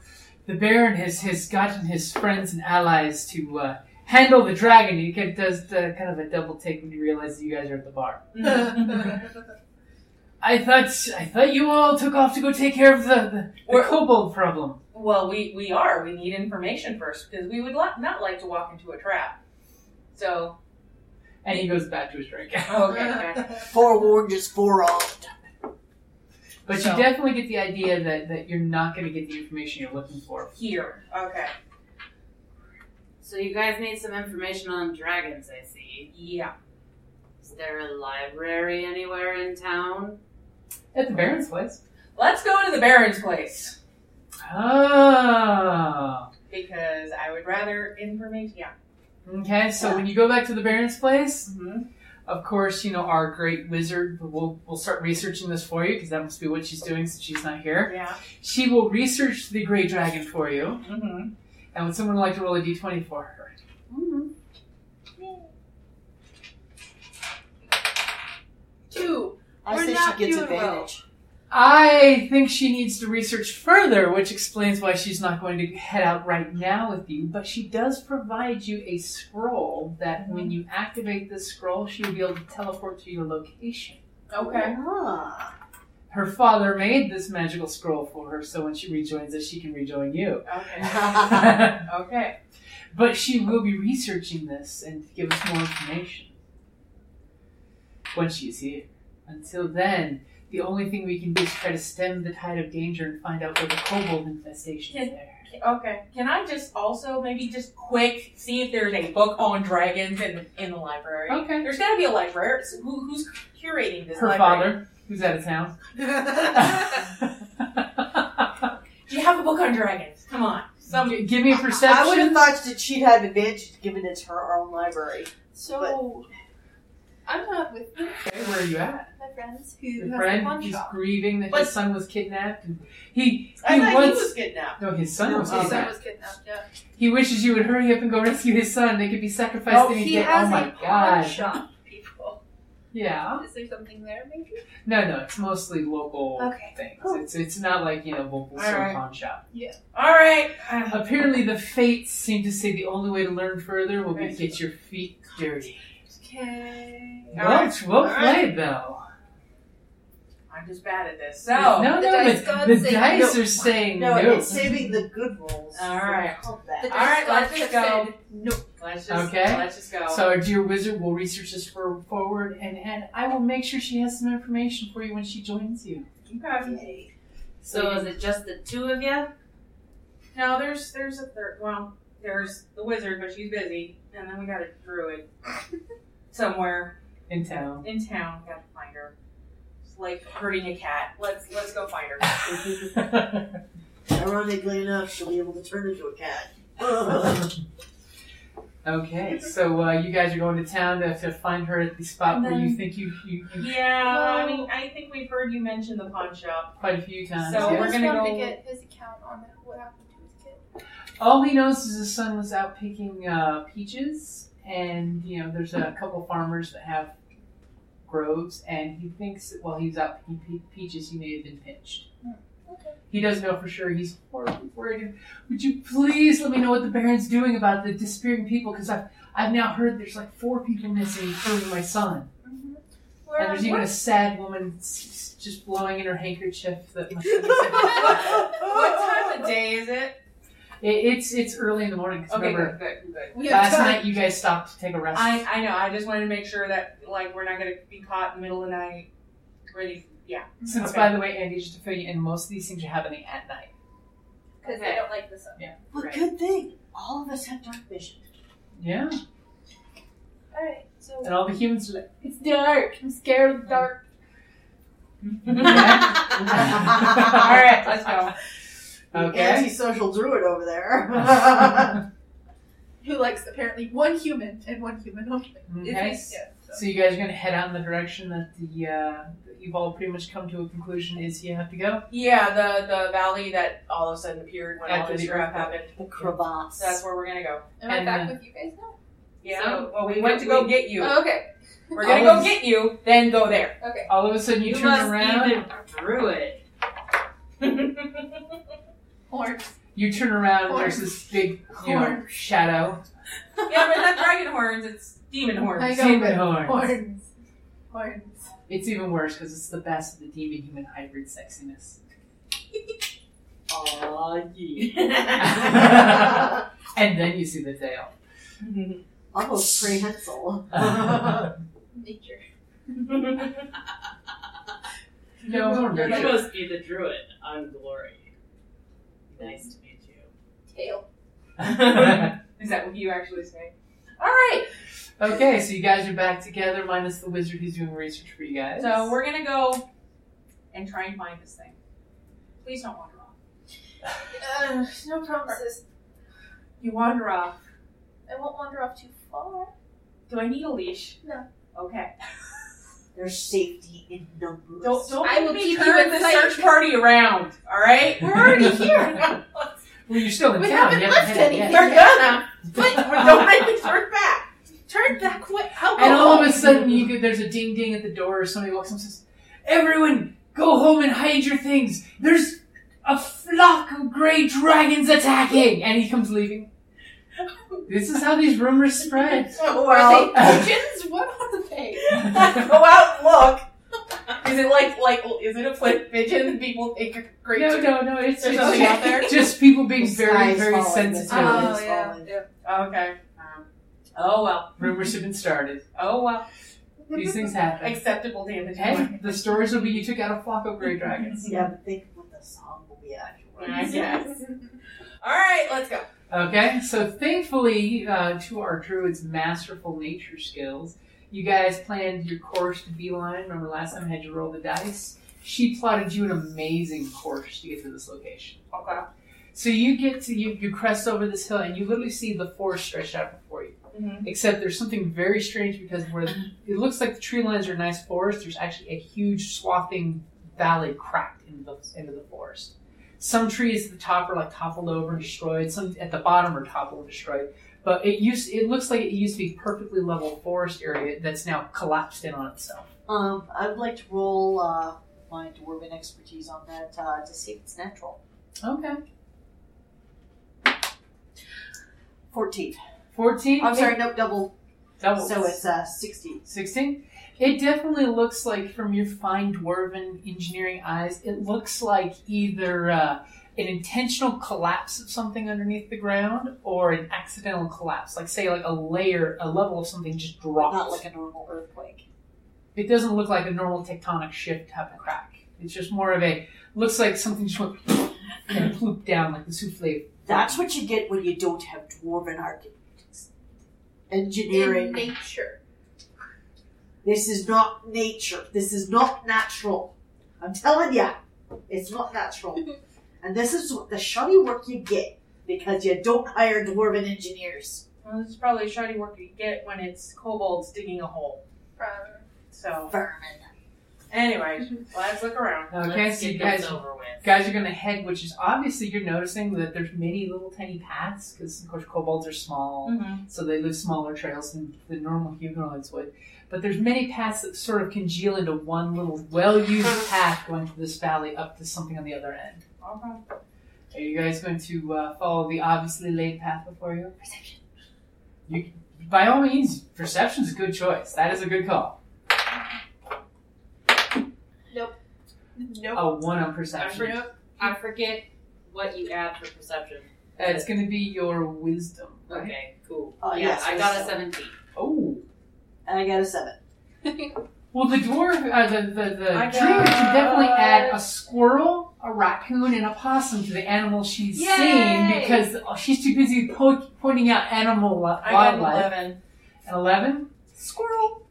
[SPEAKER 4] the Baron has has gotten his friends and allies to uh, handle the dragon." He kind of does the, kind of a double take when he realizes you guys are at the bar. I thought I thought you all took off to go take care of the, the, the
[SPEAKER 3] We're-
[SPEAKER 4] kobold problem.
[SPEAKER 3] Well, we, we are. We need information first because we would li- not like to walk into a trap. So,
[SPEAKER 4] And he goes back to his drink.
[SPEAKER 3] okay, okay.
[SPEAKER 2] Forewarned is forearmed.
[SPEAKER 4] But
[SPEAKER 3] So-
[SPEAKER 4] you definitely get the idea that, that you're not going to get the information you're looking for.
[SPEAKER 3] Here. Okay.
[SPEAKER 6] So you guys need some information on dragons, I see.
[SPEAKER 3] Yeah.
[SPEAKER 6] Is there a library anywhere in town?
[SPEAKER 4] At the Baron's place.
[SPEAKER 3] Let's go to the Baron's place
[SPEAKER 4] Ah.
[SPEAKER 3] because I would rather information. Yeah.
[SPEAKER 4] Okay, so when you go back to the Baron's place,
[SPEAKER 3] Mm-hmm.
[SPEAKER 4] of course, you know, our great wizard will, will start researching this for you because that must be what she's doing since she's not here.
[SPEAKER 3] Yeah.
[SPEAKER 4] She will research the Grey Dragon for you.
[SPEAKER 3] Mm-hmm.
[SPEAKER 4] And would someone like to roll a d20 for her?
[SPEAKER 5] Two.
[SPEAKER 1] I
[SPEAKER 5] We're
[SPEAKER 1] say she
[SPEAKER 5] not
[SPEAKER 1] gets
[SPEAKER 5] doing well.
[SPEAKER 1] advantage.
[SPEAKER 4] I think she needs to research further, which explains why she's not going to head out right now with you. But she does provide you a scroll that when you activate this scroll, she'll be able to teleport to your location.
[SPEAKER 3] Okay.
[SPEAKER 1] Ah.
[SPEAKER 4] Her father made this magical scroll for her, so when she rejoins us, she can rejoin you.
[SPEAKER 3] Okay. Okay.
[SPEAKER 4] but she will be researching this and give us more information when she's here. Until then, the only thing we can do is try to stem the tide of danger and find out where the kobold infestation is there.
[SPEAKER 3] Okay. Can I just also maybe just quick see if there's a book on dragons in in the library?
[SPEAKER 4] Okay.
[SPEAKER 3] There's got to be a library. So who, who's curating this?
[SPEAKER 4] Her
[SPEAKER 3] library?
[SPEAKER 4] father, who's out of town.
[SPEAKER 3] Do you have a book on dragons? Come on. Some.
[SPEAKER 4] G- give me a
[SPEAKER 2] I would have
[SPEAKER 4] perception.
[SPEAKER 2] thought that she'd have advantage given it's her own library.
[SPEAKER 5] So I'm not with them.
[SPEAKER 4] Okay, where are you at?
[SPEAKER 5] my friends who
[SPEAKER 4] Your
[SPEAKER 5] have the
[SPEAKER 4] friend
[SPEAKER 5] pawn
[SPEAKER 4] is
[SPEAKER 5] shop.
[SPEAKER 4] grieving that
[SPEAKER 3] But-
[SPEAKER 4] his son was kidnapped. And he
[SPEAKER 3] I
[SPEAKER 4] he
[SPEAKER 3] thought
[SPEAKER 4] wants
[SPEAKER 3] he was kidnapped.
[SPEAKER 4] no, his son
[SPEAKER 2] No,
[SPEAKER 4] was
[SPEAKER 2] his
[SPEAKER 5] His
[SPEAKER 4] kidnapped.
[SPEAKER 5] son was kidnapped. Yeah.
[SPEAKER 4] He wishes you would hurry up and go rescue his son. They could be sacrificed
[SPEAKER 5] Oh,
[SPEAKER 4] any
[SPEAKER 5] he
[SPEAKER 4] day.
[SPEAKER 5] has
[SPEAKER 4] oh
[SPEAKER 5] a
[SPEAKER 4] my
[SPEAKER 5] pawn
[SPEAKER 4] god.
[SPEAKER 5] shop. People,
[SPEAKER 4] Yeah.
[SPEAKER 5] is there something there? Maybe.
[SPEAKER 4] No, no, it's mostly local
[SPEAKER 5] Okay.
[SPEAKER 4] things. It's it's not like, you know, local some
[SPEAKER 3] Alright.
[SPEAKER 4] pawn shop.
[SPEAKER 3] All right. Uh,
[SPEAKER 4] Apparently the fates seem to say the only way to learn further will be to
[SPEAKER 3] Right.
[SPEAKER 4] get your feet dirty.
[SPEAKER 5] Okay.
[SPEAKER 4] Well,
[SPEAKER 3] Alright.
[SPEAKER 4] well
[SPEAKER 3] Alright.
[SPEAKER 4] played though.
[SPEAKER 3] I'm just bad at this. So.
[SPEAKER 4] no, no,
[SPEAKER 5] the dice
[SPEAKER 4] but
[SPEAKER 5] gods
[SPEAKER 4] the
[SPEAKER 5] say
[SPEAKER 4] dice
[SPEAKER 5] no.
[SPEAKER 4] are saying
[SPEAKER 2] No,
[SPEAKER 4] no.
[SPEAKER 2] it's saving the good rolls.
[SPEAKER 3] All
[SPEAKER 2] for
[SPEAKER 3] right.
[SPEAKER 2] combat.
[SPEAKER 5] The
[SPEAKER 3] All right,
[SPEAKER 5] dice gods
[SPEAKER 3] let's just
[SPEAKER 5] have
[SPEAKER 3] go.
[SPEAKER 5] said No.
[SPEAKER 3] Let's just.
[SPEAKER 4] Okay.
[SPEAKER 3] Let's just go.
[SPEAKER 4] So our dear wizard will research this for, forward and, and I will make sure she has some information for you when she joins you.
[SPEAKER 3] Okay.
[SPEAKER 2] Yay.
[SPEAKER 6] So is it just the two of you?
[SPEAKER 3] No, there's there's a third. Well, there's the wizard, but she's busy, and then we got a druid somewhere
[SPEAKER 4] In town.
[SPEAKER 3] in town. Got to find her. It's like hurting a cat. Let's let's go find her.
[SPEAKER 2] Ironically enough, she'll be able to turn into a cat.
[SPEAKER 4] Okay, so uh, you guys are going to town to, to find her at the spot
[SPEAKER 3] And
[SPEAKER 4] where you
[SPEAKER 3] then-
[SPEAKER 4] think you, you, you
[SPEAKER 3] Yeah, I
[SPEAKER 5] Well-
[SPEAKER 3] mean, I think we've heard you mention the pawn shop.
[SPEAKER 4] quite a few times.
[SPEAKER 3] So
[SPEAKER 5] I
[SPEAKER 4] yes.
[SPEAKER 3] we're
[SPEAKER 5] just
[SPEAKER 3] gonna
[SPEAKER 5] wanted
[SPEAKER 3] go-
[SPEAKER 5] to get his account on that. What happened to his kid?
[SPEAKER 4] All he knows is his son was out picking uh, peaches, and you know there's a couple farmers that have groves, and he thinks that while he was out picking pe- peaches, he may have been pinched.
[SPEAKER 5] Okay.
[SPEAKER 4] He doesn't know for sure. He's horribly worried. Would you please let me know what the Baron's doing about the disappearing people? Because I've I've now heard there's like four people missing, including my son.
[SPEAKER 5] Mm-hmm.
[SPEAKER 4] And there's even a sad woman s- s- just blowing in her handkerchief that must be
[SPEAKER 3] What time of day is it?
[SPEAKER 4] It- it's it's early in the morning. 'cause
[SPEAKER 3] Okay,
[SPEAKER 4] remember,
[SPEAKER 3] good, good, good.
[SPEAKER 5] We have
[SPEAKER 4] last
[SPEAKER 5] time.
[SPEAKER 4] night you guys stopped to take a rest.
[SPEAKER 3] I, I know. I just wanted to make sure that like we're not gonna be caught in the middle of the night. Really, yeah.
[SPEAKER 4] Since,
[SPEAKER 3] okay.
[SPEAKER 4] by the way, Andy, just to fill you in, most of these things are happening at night.
[SPEAKER 5] Because I don't like the sun.
[SPEAKER 2] but
[SPEAKER 4] Right.
[SPEAKER 2] good thing, all of us have dark vision.
[SPEAKER 4] Yeah,
[SPEAKER 5] All right. So
[SPEAKER 4] and all the humans are like, "It's dark. I'm scared of the dark."
[SPEAKER 3] All
[SPEAKER 4] "Mm-hmm." Yeah.
[SPEAKER 3] right, let's go.
[SPEAKER 4] okay.
[SPEAKER 2] Antisocial druid over there.
[SPEAKER 5] who likes apparently one human and one human only? Is
[SPEAKER 4] Okay.
[SPEAKER 5] he- Yeah, so.
[SPEAKER 4] So you guys are gonna head out in the direction that the uh, that you've all pretty much come to a conclusion is you have to go.
[SPEAKER 3] Yeah, the the valley that all of a sudden appeared when all
[SPEAKER 4] After
[SPEAKER 3] this
[SPEAKER 4] the
[SPEAKER 3] crap
[SPEAKER 4] earthquake.
[SPEAKER 3] happened.
[SPEAKER 1] The crevasse.
[SPEAKER 3] That's where we're gonna go.
[SPEAKER 5] Am I
[SPEAKER 4] And,
[SPEAKER 5] back
[SPEAKER 4] uh,
[SPEAKER 5] with you guys now?
[SPEAKER 3] Yeah.
[SPEAKER 6] So,
[SPEAKER 3] well, we went to go get Oh, you.
[SPEAKER 5] Oh, okay.
[SPEAKER 3] We're gonna
[SPEAKER 4] I
[SPEAKER 3] go
[SPEAKER 4] was-
[SPEAKER 3] get you, then go there.
[SPEAKER 4] All of a sudden, you, turn
[SPEAKER 6] must
[SPEAKER 4] around.
[SPEAKER 6] be the druid.
[SPEAKER 5] Horns.
[SPEAKER 4] You turn around and
[SPEAKER 5] Horn.
[SPEAKER 4] there's this big you know,
[SPEAKER 5] Horn.
[SPEAKER 4] shadow.
[SPEAKER 3] Yeah, but not dragon horns, it's demon horns.
[SPEAKER 5] I go
[SPEAKER 4] Demon
[SPEAKER 5] with
[SPEAKER 4] horns.
[SPEAKER 5] Horns. Horns.
[SPEAKER 4] It's even worse because it's the best of the demon human hybrid sexiness. Aw, yeah. and then you see the tail.
[SPEAKER 2] Almost prehensile.
[SPEAKER 5] Nature.
[SPEAKER 4] No, we're
[SPEAKER 5] You're
[SPEAKER 4] not
[SPEAKER 5] like-
[SPEAKER 4] sure.
[SPEAKER 7] supposed to be the druid on Glory. Nice to meet
[SPEAKER 5] Tail.
[SPEAKER 4] okay,
[SPEAKER 3] Is that what you actually say? All right,
[SPEAKER 4] so you guys are back together, minus the wizard who's doing research for you guys.
[SPEAKER 3] so we're gonna go and try and find this thing. Please don't wander off.
[SPEAKER 5] Uh, no promises.
[SPEAKER 3] You wander off.
[SPEAKER 5] I won't wander off too far.
[SPEAKER 3] Do I need a leash?
[SPEAKER 5] No.
[SPEAKER 3] Okay.
[SPEAKER 2] There's safety in numbers.
[SPEAKER 3] Don't don't
[SPEAKER 5] I
[SPEAKER 3] make
[SPEAKER 5] will
[SPEAKER 3] me
[SPEAKER 5] keep you
[SPEAKER 3] turn
[SPEAKER 5] in
[SPEAKER 3] the
[SPEAKER 5] sight.
[SPEAKER 3] search party around. All right, we're already here.
[SPEAKER 4] Well, you're still in
[SPEAKER 5] We
[SPEAKER 4] town.
[SPEAKER 5] haven't
[SPEAKER 4] you
[SPEAKER 5] left
[SPEAKER 4] haven't
[SPEAKER 5] anything.
[SPEAKER 4] headed
[SPEAKER 3] We're gonna.
[SPEAKER 5] But
[SPEAKER 4] yet.
[SPEAKER 5] don't make me turn back. Turn back. What? How
[SPEAKER 4] And all of a sudden, you get, there's a ding ding at the door, or somebody walks up and says, Everyone, go home and hide your things. There's a flock of gray dragons attacking. And he comes leaving. This is how these rumors spread.
[SPEAKER 2] Oh,
[SPEAKER 5] Are
[SPEAKER 2] well,
[SPEAKER 5] they pigeons? What are they?
[SPEAKER 7] you.
[SPEAKER 2] out and look.
[SPEAKER 7] is it like like is it a flip pigeon that people think are great?
[SPEAKER 4] No, no, no. It's
[SPEAKER 7] There's
[SPEAKER 4] just,
[SPEAKER 7] nothing out there?
[SPEAKER 4] just people being very,
[SPEAKER 2] Sky's
[SPEAKER 4] very
[SPEAKER 2] falling.
[SPEAKER 4] sensitive.
[SPEAKER 2] Oh.
[SPEAKER 3] Okay. Um, oh well.
[SPEAKER 4] Rumors have been started.
[SPEAKER 3] Oh well.
[SPEAKER 4] These things happen.
[SPEAKER 3] Acceptable damage.
[SPEAKER 4] Hey, the stories will be you took out a flock of gray dragons.
[SPEAKER 2] Yeah, but think what the song will be afterwards.
[SPEAKER 3] I guess. All right, let's go.
[SPEAKER 4] Okay, so thankfully, uh, to our druid's masterful nature skills, you guys planned your course to beeline. Remember last time I had you roll the dice? She plotted you an amazing course to get to this location.
[SPEAKER 3] Okay.
[SPEAKER 4] So you get to, you, you crest over this hill and you literally see the forest stretched out before you.
[SPEAKER 2] Mm-hmm.
[SPEAKER 3] Mhm.
[SPEAKER 4] Except there's something very strange because where it looks like the tree lines are nice forest, there's actually a huge swathing valley cracked into the, into the forest. Some trees at the top are like toppled over and destroyed. Some at the bottom are toppled and destroyed. But it used it looks like it used to be perfectly level forest area that's now collapsed in on itself.
[SPEAKER 2] Um, I would like to roll uh, my dwarven expertise on that uh, to see if it's natural.
[SPEAKER 4] Okay.
[SPEAKER 2] 14.
[SPEAKER 4] 14
[SPEAKER 2] I'm sorry, nope, double.
[SPEAKER 4] Double.
[SPEAKER 2] So it's uh, 16.
[SPEAKER 4] 16. It definitely looks like, from your fine dwarven engineering eyes, it looks like either uh, an intentional collapse of something underneath the ground or an accidental collapse. Like, say, like a layer, a level of something just dropped.
[SPEAKER 2] Not like a normal earthquake.
[SPEAKER 4] it doesn't look like a normal tectonic shift type of crack. It's just more of a, looks like something just went and plooped down like the souffle.
[SPEAKER 2] That's what you get when you don't have dwarven architects.
[SPEAKER 5] In
[SPEAKER 2] Engineering.
[SPEAKER 5] nature.
[SPEAKER 2] This is not nature. This is not natural. I'm telling you, it's not natural. and this is what the shoddy work you get because you don't hire dwarven engineers.
[SPEAKER 3] Well, this is probably shoddy work you get when it's kobolds digging a hole.
[SPEAKER 5] From
[SPEAKER 3] So,
[SPEAKER 2] Vermin.
[SPEAKER 3] anyways, let's look around.
[SPEAKER 4] Okay,
[SPEAKER 7] Let's
[SPEAKER 4] so you
[SPEAKER 7] get this
[SPEAKER 4] guys,
[SPEAKER 7] over with.
[SPEAKER 4] guys are going to head, which is obviously you're noticing that there's many little tiny paths because of course kobolds are small, so they leave smaller trails than the normal humanoids would. But there's many paths that sort of congeal into one little well-used path going through this valley up to something on the other end.
[SPEAKER 3] Okay.
[SPEAKER 4] Are you guys going to uh, follow the obviously laid path before you? Perception. You, by all means, perception's a good choice. That is a good call.
[SPEAKER 5] Nope.
[SPEAKER 4] A one on
[SPEAKER 7] I
[SPEAKER 4] perception.
[SPEAKER 7] forget,
[SPEAKER 6] I forget.
[SPEAKER 7] what you add for perception.
[SPEAKER 4] It's going to be your wisdom. right?
[SPEAKER 7] Okay, cool.
[SPEAKER 2] Oh,
[SPEAKER 7] yeah,
[SPEAKER 2] yes,
[SPEAKER 7] I got a
[SPEAKER 2] wisdom.
[SPEAKER 7] seventeen.
[SPEAKER 4] Oh.
[SPEAKER 2] And I got a 7.
[SPEAKER 4] Well, the dwarf, uh, the the, the
[SPEAKER 3] I
[SPEAKER 4] tree should
[SPEAKER 3] got-
[SPEAKER 4] definitely add a squirrel, a raccoon, and a possum to the animals she's
[SPEAKER 3] Yay!
[SPEAKER 4] seen because oh, she's too busy po- pointing out animal li-
[SPEAKER 3] I got an
[SPEAKER 4] wildlife.
[SPEAKER 3] 11.
[SPEAKER 4] An eleven.
[SPEAKER 2] Squirrel.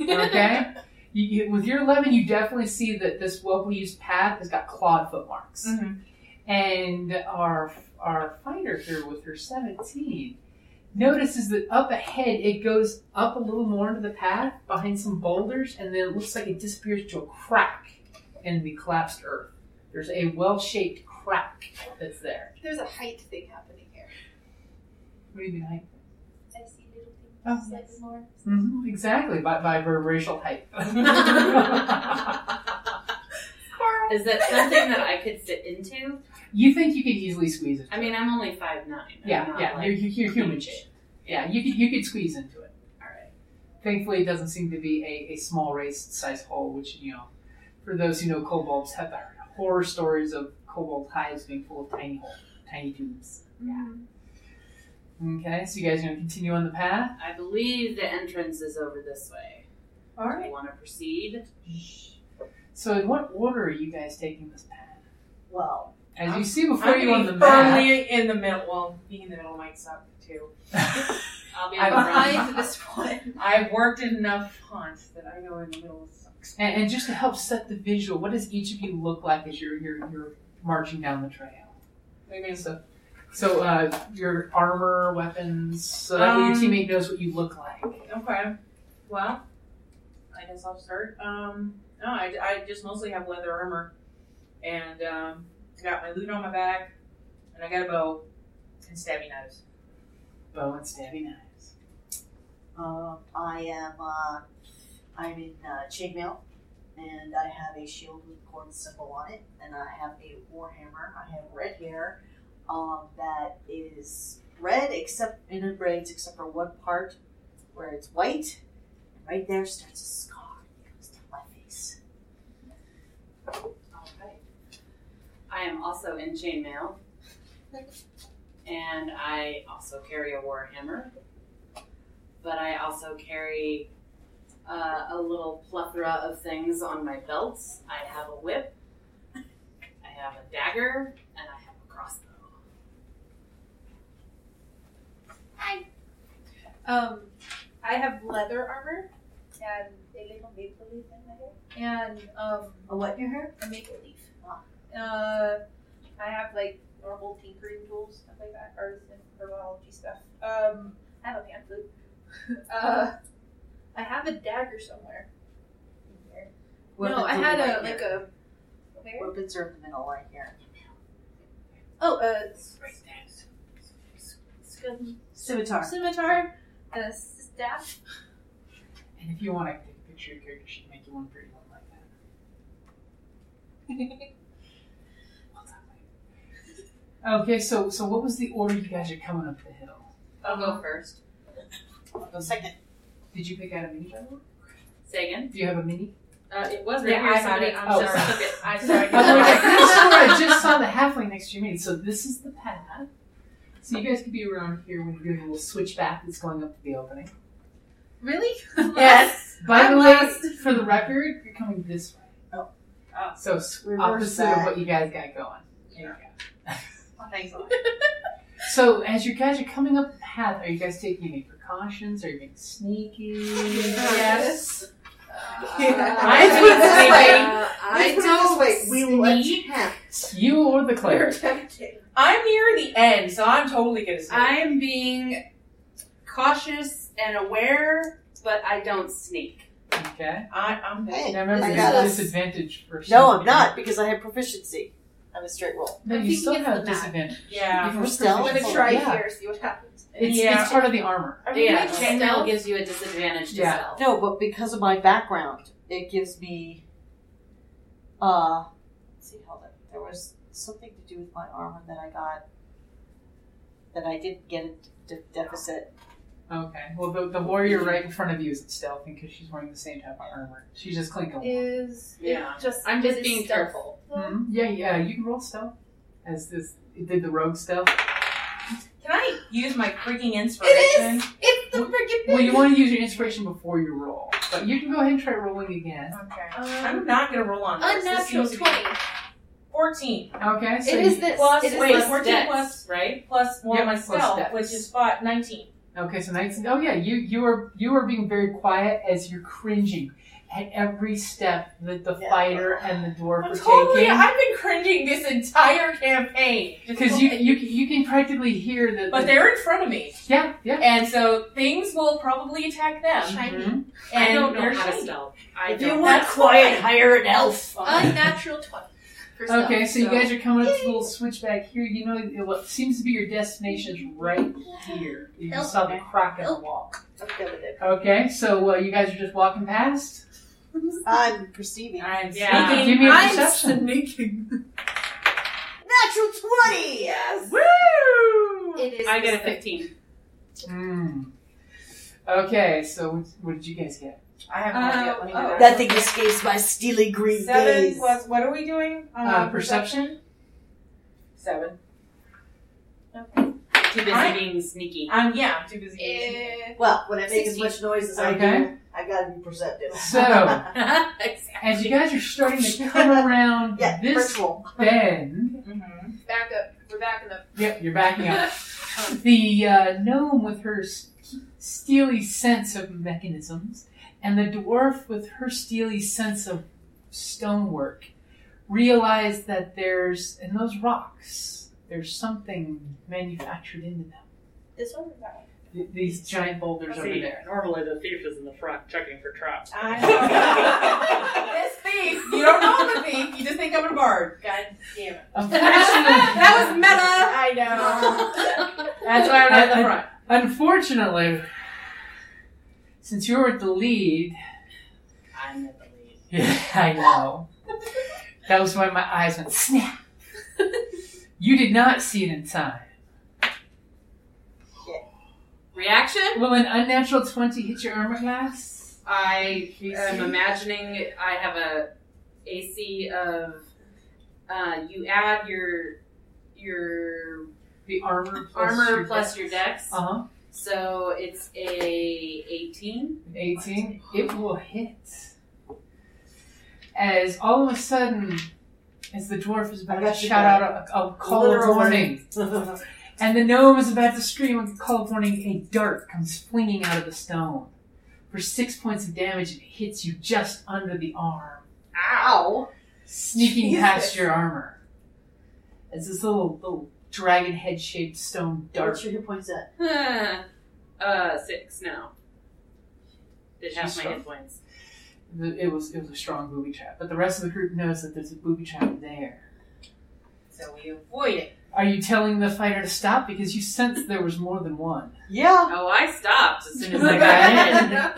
[SPEAKER 4] okay? You, you, with your 11, you definitely see that this well used path has got clawed footmarks.
[SPEAKER 3] Mhm.
[SPEAKER 4] And our, our finder here with her 17 notices that up ahead it goes up a little more into the path behind some boulders, and then it looks like it disappears to a crack in the collapsed earth. There's a well shaped crack that's there.
[SPEAKER 5] There's a height thing happening here.
[SPEAKER 4] What do you mean, height?
[SPEAKER 5] I see little things
[SPEAKER 4] Oh.
[SPEAKER 5] slightly more.
[SPEAKER 4] hmm exactly, by, by her racial height.
[SPEAKER 6] Is that something that I could fit into?
[SPEAKER 4] You think you could easily squeeze it?
[SPEAKER 6] I mean, I'm only five nine.
[SPEAKER 4] yeah, yeah, you're, you're, you're human
[SPEAKER 6] huge.
[SPEAKER 4] shaped. Yeah, you could you could squeeze into it.
[SPEAKER 6] All right.
[SPEAKER 4] Thankfully, it doesn't seem to be a, a small race size hole, which you know, for those who know kobolds, have the horror stories of kobold hives being full of tiny holes, tiny tubes. Okay, so you guys gonna continue on the path?
[SPEAKER 6] I believe the entrance is over this way.
[SPEAKER 7] All
[SPEAKER 6] Do you
[SPEAKER 7] right.
[SPEAKER 6] want to proceed?
[SPEAKER 4] So, in what order are you guys taking this path?
[SPEAKER 2] Well,
[SPEAKER 4] As you see before
[SPEAKER 3] I'm
[SPEAKER 4] you on
[SPEAKER 3] gonna
[SPEAKER 4] the
[SPEAKER 3] be
[SPEAKER 4] map,
[SPEAKER 3] firmly in the middle. Well, being in the middle might suck too.
[SPEAKER 6] I'll be
[SPEAKER 3] I-
[SPEAKER 6] on the front.
[SPEAKER 5] Behind this one.
[SPEAKER 3] I've worked in enough haunts that I know in the middle sucks.
[SPEAKER 4] and, and just to help set the visual, what does each of you look like as you're you're, you're marching down the trail?
[SPEAKER 3] Maybe it's
[SPEAKER 4] So, so uh, your armor, weapons, so that way your
[SPEAKER 3] Um,
[SPEAKER 4] teammate knows what you look like.
[SPEAKER 3] Okay. Well, I guess I'll start. Um, no, I, I just mostly have leather armor, and um, I got my loot on my back, and I got a bow and stabby knives.
[SPEAKER 4] Bow and stabby knives.
[SPEAKER 2] uh, I am. Uh, I'm in uh, chainmail, and I have a shield with corn symbol on it, and I have a warhammer. I have red hair um, that is red except in braids, except for one part where it's white, and right there starts a scar. It goes down my face.
[SPEAKER 6] All right. I am also in chainmail, and I also carry a warhammer, but I also carry uh, a little plethora of things on my belts. I have a whip, I have a dagger, and I have a crossbow.
[SPEAKER 5] Um, I have leather armor and a little maple leaf in my hair. And um,
[SPEAKER 2] A what in your hair?
[SPEAKER 5] a maple leaf.
[SPEAKER 2] Ah.
[SPEAKER 5] Uh, I have like normal tinkering tools, stuff like that, arts and herbology stuff. Um, I have a pan flute. uh, I have a dagger somewhere. In here. no, I
[SPEAKER 2] Weapons
[SPEAKER 5] had
[SPEAKER 2] are
[SPEAKER 5] a
[SPEAKER 2] right
[SPEAKER 5] like
[SPEAKER 2] here.
[SPEAKER 5] a. Where?
[SPEAKER 2] Weapons are in the middle right here.
[SPEAKER 5] Oh, uh, s- scum-
[SPEAKER 2] Scimitar.
[SPEAKER 5] scimitar and a staff.
[SPEAKER 4] And if you want, I can take a picture of your character sheet and make you one pretty one like that. Well done, babe. Okay, so so what was the order you guys are coming up the hill?
[SPEAKER 6] I'll go first.
[SPEAKER 2] Second.
[SPEAKER 4] Did you pick out a mini? by the way?
[SPEAKER 6] Say again.
[SPEAKER 4] Do you have a mini?
[SPEAKER 6] Uh, it was right
[SPEAKER 3] Yeah,
[SPEAKER 6] here.
[SPEAKER 3] I
[SPEAKER 6] so
[SPEAKER 3] had
[SPEAKER 6] I-
[SPEAKER 3] it. I'm
[SPEAKER 4] Oh.
[SPEAKER 3] sorry. I took it. I
[SPEAKER 4] I was like, I
[SPEAKER 3] sorry.
[SPEAKER 4] swear I just saw the halfway next to your mini. So this is the path. So you guys could be around here when you're doing a little switchback that's going up to the opening.
[SPEAKER 5] Really?
[SPEAKER 4] Yes. By
[SPEAKER 5] I'm
[SPEAKER 4] the
[SPEAKER 5] last.
[SPEAKER 4] way, for the record, you're coming this way.
[SPEAKER 2] Oh.
[SPEAKER 3] Oh.
[SPEAKER 4] So s-
[SPEAKER 2] Reverse
[SPEAKER 4] opposite
[SPEAKER 2] that.
[SPEAKER 4] of what you guys got going.
[SPEAKER 3] Yeah.
[SPEAKER 5] Oh, thanks.
[SPEAKER 4] So as you guys are coming up the path, are you guys taking any precautions? Are you being sneaky?
[SPEAKER 5] Yes.
[SPEAKER 4] Mine's
[SPEAKER 2] went this
[SPEAKER 6] I-
[SPEAKER 2] way.
[SPEAKER 6] uh,
[SPEAKER 2] Let's
[SPEAKER 6] I
[SPEAKER 2] put it
[SPEAKER 6] don't
[SPEAKER 2] this way. We will
[SPEAKER 6] sneak.
[SPEAKER 2] attempt.
[SPEAKER 4] You or the
[SPEAKER 2] We're
[SPEAKER 4] cleric?
[SPEAKER 2] attempting.
[SPEAKER 3] I'm near the end, so I'm totally gonna. see.
[SPEAKER 6] I'm being cautious and aware, but I don't sneak.
[SPEAKER 4] Okay.
[SPEAKER 3] I, I'm dead.
[SPEAKER 2] Hey,
[SPEAKER 4] Now
[SPEAKER 2] I
[SPEAKER 4] remember, there's
[SPEAKER 2] got
[SPEAKER 4] a
[SPEAKER 2] us.
[SPEAKER 4] disadvantage for.
[SPEAKER 2] No, I'm
[SPEAKER 4] sneaking.
[SPEAKER 2] not because I have proficiency. I'm a straight roll.
[SPEAKER 4] No,
[SPEAKER 5] I'm
[SPEAKER 4] you
[SPEAKER 5] thinking
[SPEAKER 4] still
[SPEAKER 5] it's
[SPEAKER 4] have
[SPEAKER 5] the back.
[SPEAKER 4] disadvantage.
[SPEAKER 3] Yeah.
[SPEAKER 4] You're
[SPEAKER 2] Still?
[SPEAKER 5] I'm
[SPEAKER 4] proficient.
[SPEAKER 5] gonna try
[SPEAKER 4] Yeah.
[SPEAKER 5] here, see what happens.
[SPEAKER 4] It's,
[SPEAKER 3] Yeah.
[SPEAKER 4] it's part of the armor.
[SPEAKER 3] I mean,
[SPEAKER 6] Yeah,
[SPEAKER 3] we can-
[SPEAKER 6] stealth gives you a disadvantage to
[SPEAKER 4] Yeah.
[SPEAKER 6] stealth.
[SPEAKER 2] No, but because of my background, it gives me. Uh, let's see, hold on. There was something to do with my armor that I got that I didn't get a de- deficit.
[SPEAKER 4] Okay. Well, the, the warrior right in front of you is stealthing because she's wearing the same type of armor. She's just clinking.
[SPEAKER 5] Is it
[SPEAKER 6] Yeah.
[SPEAKER 5] just
[SPEAKER 6] I'm just
[SPEAKER 5] is it
[SPEAKER 6] being
[SPEAKER 5] stealth?
[SPEAKER 6] careful.
[SPEAKER 4] Mhm. Yeah, yeah. You can roll stealth. As this it did the rogue stealth.
[SPEAKER 3] Can I use my freaking inspiration?
[SPEAKER 5] It is. It's the freaking
[SPEAKER 4] Well, you
[SPEAKER 5] thing.
[SPEAKER 4] want to use your inspiration before you roll, but you can go ahead and try rolling again.
[SPEAKER 3] Okay.
[SPEAKER 5] Um,
[SPEAKER 3] I'm not gonna roll on this. This
[SPEAKER 5] unnatural
[SPEAKER 3] seems to be
[SPEAKER 5] twenty.
[SPEAKER 3] Fourteen
[SPEAKER 4] Okay. So
[SPEAKER 5] It
[SPEAKER 4] you-
[SPEAKER 5] is this.
[SPEAKER 3] plus
[SPEAKER 5] it is
[SPEAKER 3] wait,
[SPEAKER 5] this.
[SPEAKER 3] we're- 14 plus-
[SPEAKER 6] right?
[SPEAKER 3] plus one
[SPEAKER 4] Yep, plus
[SPEAKER 3] myself,
[SPEAKER 4] dex.
[SPEAKER 3] which is five, nineteen.
[SPEAKER 4] Okay, so nineteen. Oh yeah, you you are you are being very quiet as you're cringing at every step that the
[SPEAKER 2] Yeah.
[SPEAKER 4] fighter and the dwarf
[SPEAKER 3] I'm
[SPEAKER 4] are
[SPEAKER 3] totally.
[SPEAKER 4] taking.
[SPEAKER 3] I've been cringing this entire campaign
[SPEAKER 4] Because you you can- you can practically hear that.
[SPEAKER 3] but
[SPEAKER 4] the,
[SPEAKER 3] they're in front of me,
[SPEAKER 4] yeah yeah.
[SPEAKER 3] and so things will probably attack them. Mm-hmm.
[SPEAKER 4] Mhm.
[SPEAKER 3] And
[SPEAKER 6] I don't
[SPEAKER 3] they're
[SPEAKER 6] know how to
[SPEAKER 3] shiny.
[SPEAKER 6] stealth. I
[SPEAKER 2] if
[SPEAKER 6] don't
[SPEAKER 2] you
[SPEAKER 6] know.
[SPEAKER 2] want
[SPEAKER 3] that's
[SPEAKER 2] quiet,
[SPEAKER 3] fine.
[SPEAKER 2] hire an elf.
[SPEAKER 5] Unnatural twenty. For stealth,
[SPEAKER 4] Okay, so you guys are coming up to the little switchback here. You know, it- what seems to be your destination is right here. You
[SPEAKER 5] Nope.
[SPEAKER 4] saw the crack in the wall.
[SPEAKER 2] I'm good with it.
[SPEAKER 4] Okay, so uh, you guys are just walking past.
[SPEAKER 2] I'm perceiving.
[SPEAKER 3] I'm
[SPEAKER 4] You
[SPEAKER 3] yeah.
[SPEAKER 4] could give me a
[SPEAKER 7] I'm
[SPEAKER 4] perception.
[SPEAKER 2] Natural 20! Yes!
[SPEAKER 7] It is.
[SPEAKER 6] I get a 15.
[SPEAKER 4] Hmm. Okay, so what, what did you guys get?
[SPEAKER 3] I have no idea. Let me do
[SPEAKER 7] Oh,
[SPEAKER 3] that.
[SPEAKER 7] oh.
[SPEAKER 2] That thing escapes my steely green
[SPEAKER 3] Seven
[SPEAKER 2] gaze.
[SPEAKER 3] plus what are we doing? Um,
[SPEAKER 4] Uh,
[SPEAKER 3] Seven.
[SPEAKER 6] Too busy
[SPEAKER 3] Alright.
[SPEAKER 6] being sneaky.
[SPEAKER 3] Um, yeah, I'm too busy.
[SPEAKER 7] Eh,
[SPEAKER 2] Well, when I make as
[SPEAKER 6] 16.
[SPEAKER 2] much noise as I
[SPEAKER 4] Okay.
[SPEAKER 2] do, I gotta be perceptive.
[SPEAKER 4] So-
[SPEAKER 6] Exactly.
[SPEAKER 4] As you guys are starting to come around
[SPEAKER 2] yeah,
[SPEAKER 4] this
[SPEAKER 2] virtual.
[SPEAKER 4] bend,
[SPEAKER 3] Mm-hmm.
[SPEAKER 5] back up. We're backing up.
[SPEAKER 4] yep, you're backing up. The uh, gnome with her s- steely sense of mechanisms, and the dwarf with her steely sense of stonework, realize that there's in those rocks there's something manufactured into them.
[SPEAKER 5] This one or that one?
[SPEAKER 4] Th- These giant boulders over
[SPEAKER 8] See,
[SPEAKER 4] there.
[SPEAKER 8] normally the thief is in the front checking for traps.
[SPEAKER 3] this thief, you don't know I'm a thief. You just think I'm a bard. God damn it.
[SPEAKER 4] Unfortunately,
[SPEAKER 3] That was meta. I know. That's why I'm not in the front.
[SPEAKER 4] unfortunately, since you're with the lead,
[SPEAKER 6] I'm at the lead.
[SPEAKER 4] Yeah, I know. that was why my eyes went snap. you did not see it in time.
[SPEAKER 6] Reaction?
[SPEAKER 4] Will an unnatural 20 hit your armor class?
[SPEAKER 6] I am imagining I have a AC of uh, you add your your
[SPEAKER 4] The armor plus
[SPEAKER 6] armor
[SPEAKER 4] your
[SPEAKER 6] plus your dex.
[SPEAKER 4] Uh huh.
[SPEAKER 6] So it's a 18.
[SPEAKER 4] 18. It will hit. As all of a sudden, as the dwarf is
[SPEAKER 2] I
[SPEAKER 4] about to
[SPEAKER 2] got you
[SPEAKER 4] shout
[SPEAKER 2] back.
[SPEAKER 4] out a, a call
[SPEAKER 2] Literal
[SPEAKER 4] of warning, and the gnome is about to scream a call of warning, a dart comes flinging out of the stone. For six points of damage, it hits you just under the arm.
[SPEAKER 6] Ow!
[SPEAKER 4] sneaking
[SPEAKER 2] Jesus.
[SPEAKER 4] past your armor. It's this little little dragon head shaped stone dart.
[SPEAKER 2] What's your hit points at?
[SPEAKER 6] uh, six now. Did half my hit points.
[SPEAKER 4] It was it was a strong booby trap, but the rest of the group knows that there's a booby trap there.
[SPEAKER 3] So we avoid it.
[SPEAKER 4] Are you telling the fighter to stop because you sensed there was more than one?
[SPEAKER 2] Yeah.
[SPEAKER 6] Oh, I stopped as soon as I got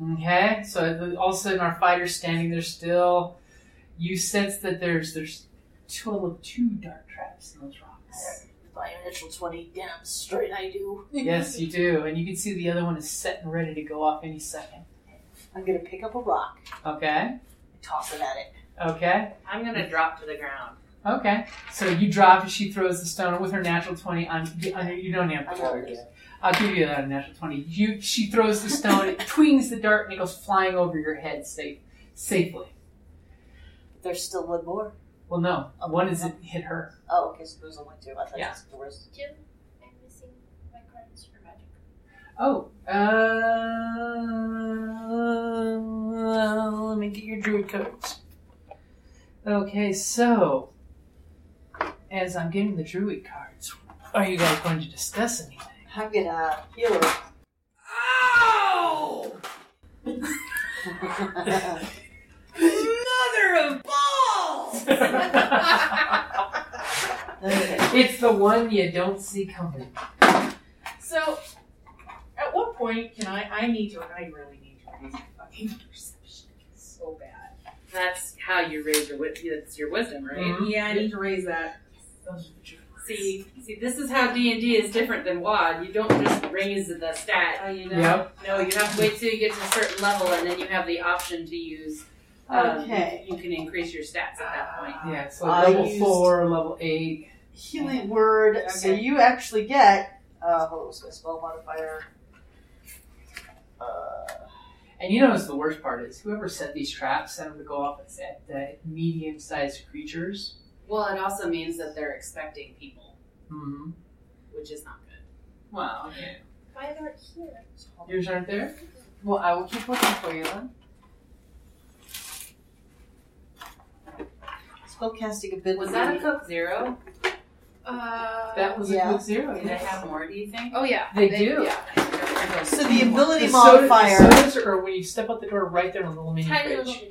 [SPEAKER 6] in.
[SPEAKER 4] Okay, so the- all of a sudden our fighter's standing there still. You sense that there's there's total of two dart traps in those rocks.
[SPEAKER 2] By an initial 20, damn straight I do.
[SPEAKER 4] yes, you do, and you can see the other one is set and ready to go off any second.
[SPEAKER 2] I'm gonna pick up a rock
[SPEAKER 4] Okay,
[SPEAKER 2] and toss it at it.
[SPEAKER 4] okay.
[SPEAKER 6] I'm gonna drop to the ground.
[SPEAKER 4] Okay. So you drop and she throws the stone with her natural 20. I'm, I- you don't have to roll this. I'll give you that a natural 20. You, she throws the stone, it twings the dart, and it goes flying over your head safe, safely.
[SPEAKER 2] There's still one more.
[SPEAKER 4] Well, Oh, no. One is it hit her.
[SPEAKER 2] Oh, okay, so there's only two. I thought
[SPEAKER 4] Yeah.
[SPEAKER 2] it was the rest.
[SPEAKER 5] Jim, I'm missing my cards for magic.
[SPEAKER 4] Oh,
[SPEAKER 2] Uh, let me get your druid codes.
[SPEAKER 4] okay. So, as I'm getting the druid cards, are you guys going to discuss anything?
[SPEAKER 2] I'm gonna heal
[SPEAKER 6] Ow!
[SPEAKER 2] her.
[SPEAKER 6] Mother of balls!
[SPEAKER 2] okay.
[SPEAKER 4] it's the one you don't see coming.
[SPEAKER 3] So, at what point can I? I need to. I really need to raise my fucking perception so bad.
[SPEAKER 6] That's how you raise your wit. It's your wisdom, right?
[SPEAKER 3] Yeah, I need to raise that.
[SPEAKER 4] Those are the druid cards.
[SPEAKER 6] See, see, this is how D and D is different than WAD. You don't just raise the stat. You know?
[SPEAKER 4] Yep.
[SPEAKER 6] No, you have to wait till you get to a certain level, and then you have the option to use. Um,
[SPEAKER 2] Okay.
[SPEAKER 6] You can increase your stats at that point.
[SPEAKER 4] Yeah, it's
[SPEAKER 2] I
[SPEAKER 4] like level
[SPEAKER 2] used-
[SPEAKER 4] four, level eight.
[SPEAKER 2] Healing word. So
[SPEAKER 6] Okay.
[SPEAKER 2] you actually get. Uh, hold on, what's my spell modifier? Uh,
[SPEAKER 4] And you notice the worst part is whoever set these traps set them to go off at, at the medium-sized creatures.
[SPEAKER 6] Well, it also means that they're expecting people,
[SPEAKER 4] Mm-hmm.
[SPEAKER 6] which is not good.
[SPEAKER 4] Wow. Okay.
[SPEAKER 5] Mine aren't here.
[SPEAKER 4] Yours aren't there. Well, I will keep looking for you then.
[SPEAKER 2] spellcasting ability.
[SPEAKER 6] Was that a Coke Zero?
[SPEAKER 5] Uh,
[SPEAKER 4] That was
[SPEAKER 2] Yeah.
[SPEAKER 4] a good zero.
[SPEAKER 6] Did I have more? Do you think?
[SPEAKER 5] oh yeah,
[SPEAKER 4] They do.
[SPEAKER 5] Yeah.
[SPEAKER 2] so the ability
[SPEAKER 4] The soda-
[SPEAKER 2] modifier.
[SPEAKER 4] The sodas are when you step out the door, right there on the little mini
[SPEAKER 5] Tiny
[SPEAKER 4] fridge.
[SPEAKER 5] little.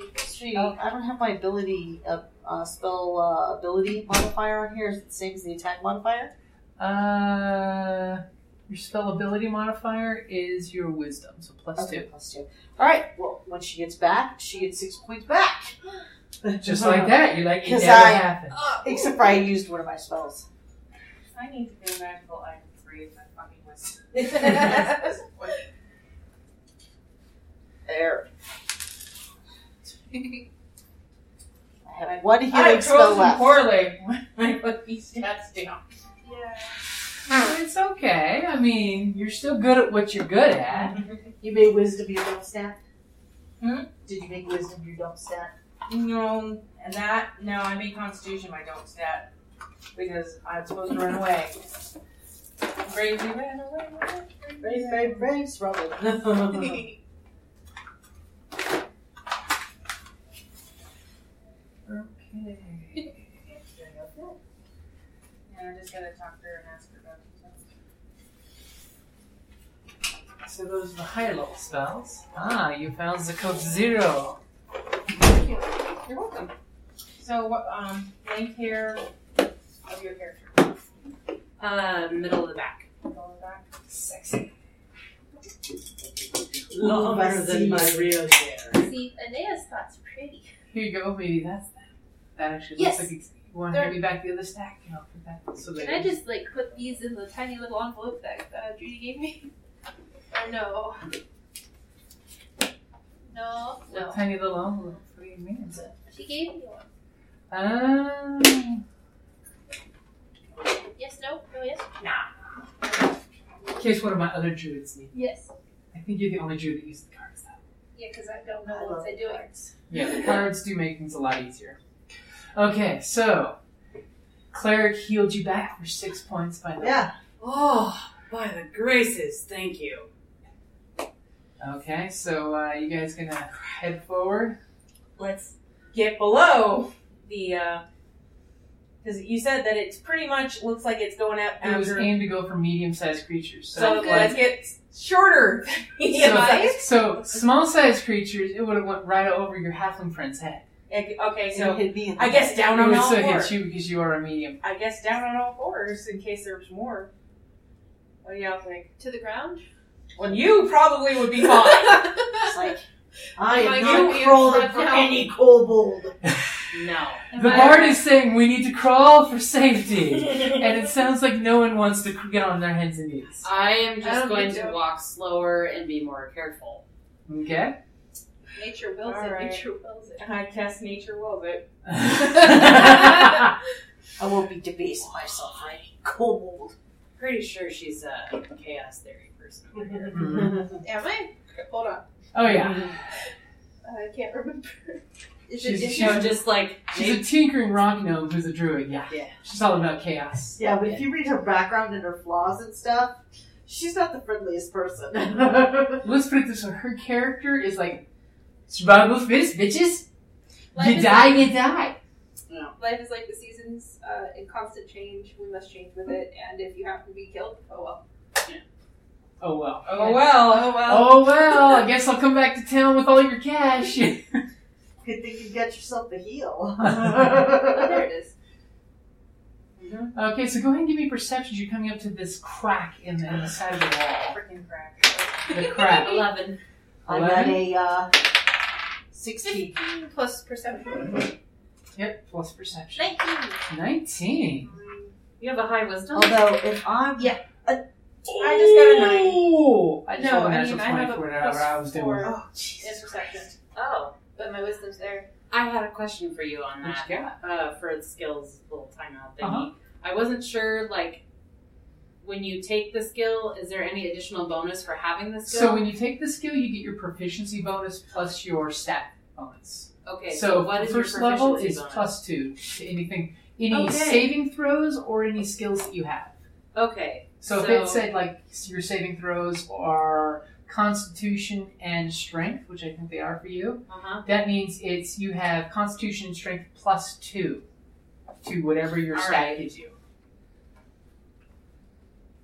[SPEAKER 2] Oh, I don't have my ability uh, uh, spell uh, ability modifier on here. Is it the same as the attack modifier?
[SPEAKER 4] Uh, Your spell ability modifier is your wisdom, so plus
[SPEAKER 2] Okay, plus two. All right. Well, when she gets back, she gets six points back.
[SPEAKER 4] two. Just
[SPEAKER 2] Uh-huh.
[SPEAKER 4] like that, you're like, it
[SPEAKER 2] 'Cause
[SPEAKER 4] never
[SPEAKER 2] I-
[SPEAKER 4] happened.
[SPEAKER 2] Except for I used one of my spells.
[SPEAKER 3] I need to get a magical item three in my fucking list.
[SPEAKER 2] There. I have
[SPEAKER 3] I-
[SPEAKER 2] one
[SPEAKER 3] I
[SPEAKER 2] healing spell
[SPEAKER 3] chose
[SPEAKER 2] left.
[SPEAKER 3] poorly when I put these stats down.
[SPEAKER 5] Yeah.
[SPEAKER 4] It's okay. I mean, you're still good at what you're good at.
[SPEAKER 2] You made wisdom your dump stat?
[SPEAKER 3] Hmm?
[SPEAKER 2] Did you make wisdom your dump stat?
[SPEAKER 3] No, and that no, I made Constitution my don't stat because I'm supposed to run away. Bravely ran away.
[SPEAKER 2] Brave, brave, brave, struggle.
[SPEAKER 4] Okay.
[SPEAKER 3] And I'm just gonna talk to her and ask her about it.
[SPEAKER 4] So those are the higher level spells. Ah, you found the code zero.
[SPEAKER 6] You're welcome.
[SPEAKER 3] So what um length here of your character?
[SPEAKER 6] Uh, middle of the back.
[SPEAKER 3] Going back.
[SPEAKER 6] Sexy.
[SPEAKER 2] Ooh,
[SPEAKER 6] Longer than my
[SPEAKER 2] see.
[SPEAKER 6] real hair.
[SPEAKER 5] See, Aenea's thought's pretty.
[SPEAKER 4] Here you go, Oh, maybe that's that. That actually
[SPEAKER 5] Yes.
[SPEAKER 4] looks like it's, you want to
[SPEAKER 5] There-
[SPEAKER 4] hand me back the other stack, and I'll put that. So
[SPEAKER 5] Can
[SPEAKER 4] that-
[SPEAKER 5] I just like put these in the tiny little envelope that uh, Judy gave me? or no? No, no.
[SPEAKER 4] tiny little envelope? What do you mean?
[SPEAKER 5] She gave me one.
[SPEAKER 4] Ah,
[SPEAKER 5] Yes, no, no, yes,
[SPEAKER 4] in case one of my other druids need.
[SPEAKER 5] yes.
[SPEAKER 4] I think you're the only druid that uses the cards. Though.
[SPEAKER 5] Yeah, because I don't know what they're doing.
[SPEAKER 4] Yeah, the cards do make things a lot easier. Okay, so cleric healed you back for six points by now.
[SPEAKER 2] Yeah.
[SPEAKER 6] Oh, by the graces, thank you.
[SPEAKER 4] Okay, so uh, you guys gonna head forward?
[SPEAKER 3] let's get below the because you said that it's pretty much looks like it's going out
[SPEAKER 4] It was
[SPEAKER 3] after.
[SPEAKER 4] aimed to go for medium-sized creatures. So,
[SPEAKER 3] so
[SPEAKER 5] I'm good.
[SPEAKER 3] let's get shorter.
[SPEAKER 4] so,
[SPEAKER 3] Yeah,
[SPEAKER 4] so small-sized creatures, it would have went right over your halfling friend's head.
[SPEAKER 3] okay,
[SPEAKER 2] So
[SPEAKER 3] so
[SPEAKER 2] hit me in the
[SPEAKER 3] I guess down
[SPEAKER 4] it
[SPEAKER 3] on
[SPEAKER 4] would
[SPEAKER 3] all
[SPEAKER 4] still
[SPEAKER 3] fours.
[SPEAKER 4] hit you because you are a medium.
[SPEAKER 3] I guess down on all fours in case there's more. What do y'all think?
[SPEAKER 5] To the ground?
[SPEAKER 3] Well, you probably would be fine.
[SPEAKER 2] It's like, I
[SPEAKER 5] Am I
[SPEAKER 2] am
[SPEAKER 5] gonna
[SPEAKER 2] not
[SPEAKER 5] be
[SPEAKER 2] crawling
[SPEAKER 5] upside
[SPEAKER 2] for
[SPEAKER 5] down?
[SPEAKER 2] any kobold.
[SPEAKER 6] No.
[SPEAKER 5] Am
[SPEAKER 4] The
[SPEAKER 5] I-
[SPEAKER 4] bard is saying we need to crawl for safety, and it sounds like no one wants to get on their hands and knees.
[SPEAKER 6] I am
[SPEAKER 5] I
[SPEAKER 6] just
[SPEAKER 5] don't
[SPEAKER 6] going
[SPEAKER 5] think
[SPEAKER 6] to
[SPEAKER 5] so.
[SPEAKER 6] walk slower and be more careful.
[SPEAKER 4] Okay.
[SPEAKER 5] Nature wills
[SPEAKER 3] All
[SPEAKER 5] it,
[SPEAKER 3] right.
[SPEAKER 5] nature wills it.
[SPEAKER 3] I guess nature will, but
[SPEAKER 2] I won't be debasing myself for any kobold.
[SPEAKER 6] Pretty sure she's a chaos theory person over here.
[SPEAKER 5] Am I? Hold on.
[SPEAKER 4] oh yeah,
[SPEAKER 5] I can't remember. Is
[SPEAKER 4] She's-
[SPEAKER 5] it
[SPEAKER 4] she's-
[SPEAKER 6] No, just like
[SPEAKER 4] she's a tinkering rock gnome who's a druid. Yeah,
[SPEAKER 6] Yeah.
[SPEAKER 4] she's all about chaos.
[SPEAKER 2] Yeah, but if you read her background and her flaws and stuff, she's not the friendliest person.
[SPEAKER 4] Let's put it this way: her character is like survival fist, bitches.
[SPEAKER 5] Life
[SPEAKER 4] you
[SPEAKER 5] is
[SPEAKER 4] die,
[SPEAKER 5] like-
[SPEAKER 4] you die.
[SPEAKER 5] Life is like the seasons, uh, in constant change. We must change with it, and if you happen to be killed, oh well.
[SPEAKER 4] Oh well.
[SPEAKER 3] oh well, oh well.
[SPEAKER 4] Oh well. I guess I'll come back to town with all your cash.
[SPEAKER 2] Good thing you got yourself a heel.
[SPEAKER 5] Oh, there it is.
[SPEAKER 4] okay, so go ahead and give me perceptions. You're coming up to this crack in the, in the side of the wall.
[SPEAKER 3] Freaking crack.
[SPEAKER 4] The crack.
[SPEAKER 6] eleven.
[SPEAKER 2] I got a uh, 16.
[SPEAKER 5] Fifteen plus perception.
[SPEAKER 4] Yep. Plus perception.
[SPEAKER 5] Nineteen.
[SPEAKER 4] Nineteen.
[SPEAKER 6] You have a high wisdom.
[SPEAKER 2] Although, if I'm.
[SPEAKER 5] Yeah.
[SPEAKER 3] I just got a nine.
[SPEAKER 4] Ooh, I just
[SPEAKER 5] No,
[SPEAKER 4] rolled a
[SPEAKER 5] I
[SPEAKER 4] natural
[SPEAKER 5] mean, I have
[SPEAKER 4] 20
[SPEAKER 5] a
[SPEAKER 4] for
[SPEAKER 5] plus
[SPEAKER 4] whatever I was doing.
[SPEAKER 5] four.
[SPEAKER 2] Oh,
[SPEAKER 5] in
[SPEAKER 2] Jesus.
[SPEAKER 5] perception,
[SPEAKER 6] Oh,
[SPEAKER 5] but my wisdom's there.
[SPEAKER 6] I had a question for you on
[SPEAKER 4] What
[SPEAKER 6] that.
[SPEAKER 4] you got?
[SPEAKER 6] Uh, for the skills little timeout thingy,
[SPEAKER 4] Uh-huh.
[SPEAKER 6] I wasn't sure. Like, when you take the skill, is there any additional bonus for having the skill?
[SPEAKER 4] So when you take the skill, you get your proficiency bonus plus your stat bonus.
[SPEAKER 6] okay,
[SPEAKER 4] so
[SPEAKER 6] so, what is
[SPEAKER 4] first
[SPEAKER 6] your
[SPEAKER 4] level
[SPEAKER 6] proficiency
[SPEAKER 4] is
[SPEAKER 6] bonus?
[SPEAKER 4] plus two to anything, any
[SPEAKER 6] Okay.
[SPEAKER 4] saving throws or any skills that you have.
[SPEAKER 6] Okay,
[SPEAKER 4] So, if
[SPEAKER 6] So-
[SPEAKER 4] it said like your saving throws are Constitution and Strength, which I think they are for you,
[SPEAKER 6] uh huh.
[SPEAKER 4] that means it's you have Constitution and Strength plus two to whatever your
[SPEAKER 6] All
[SPEAKER 4] stat
[SPEAKER 6] right.
[SPEAKER 4] gives you.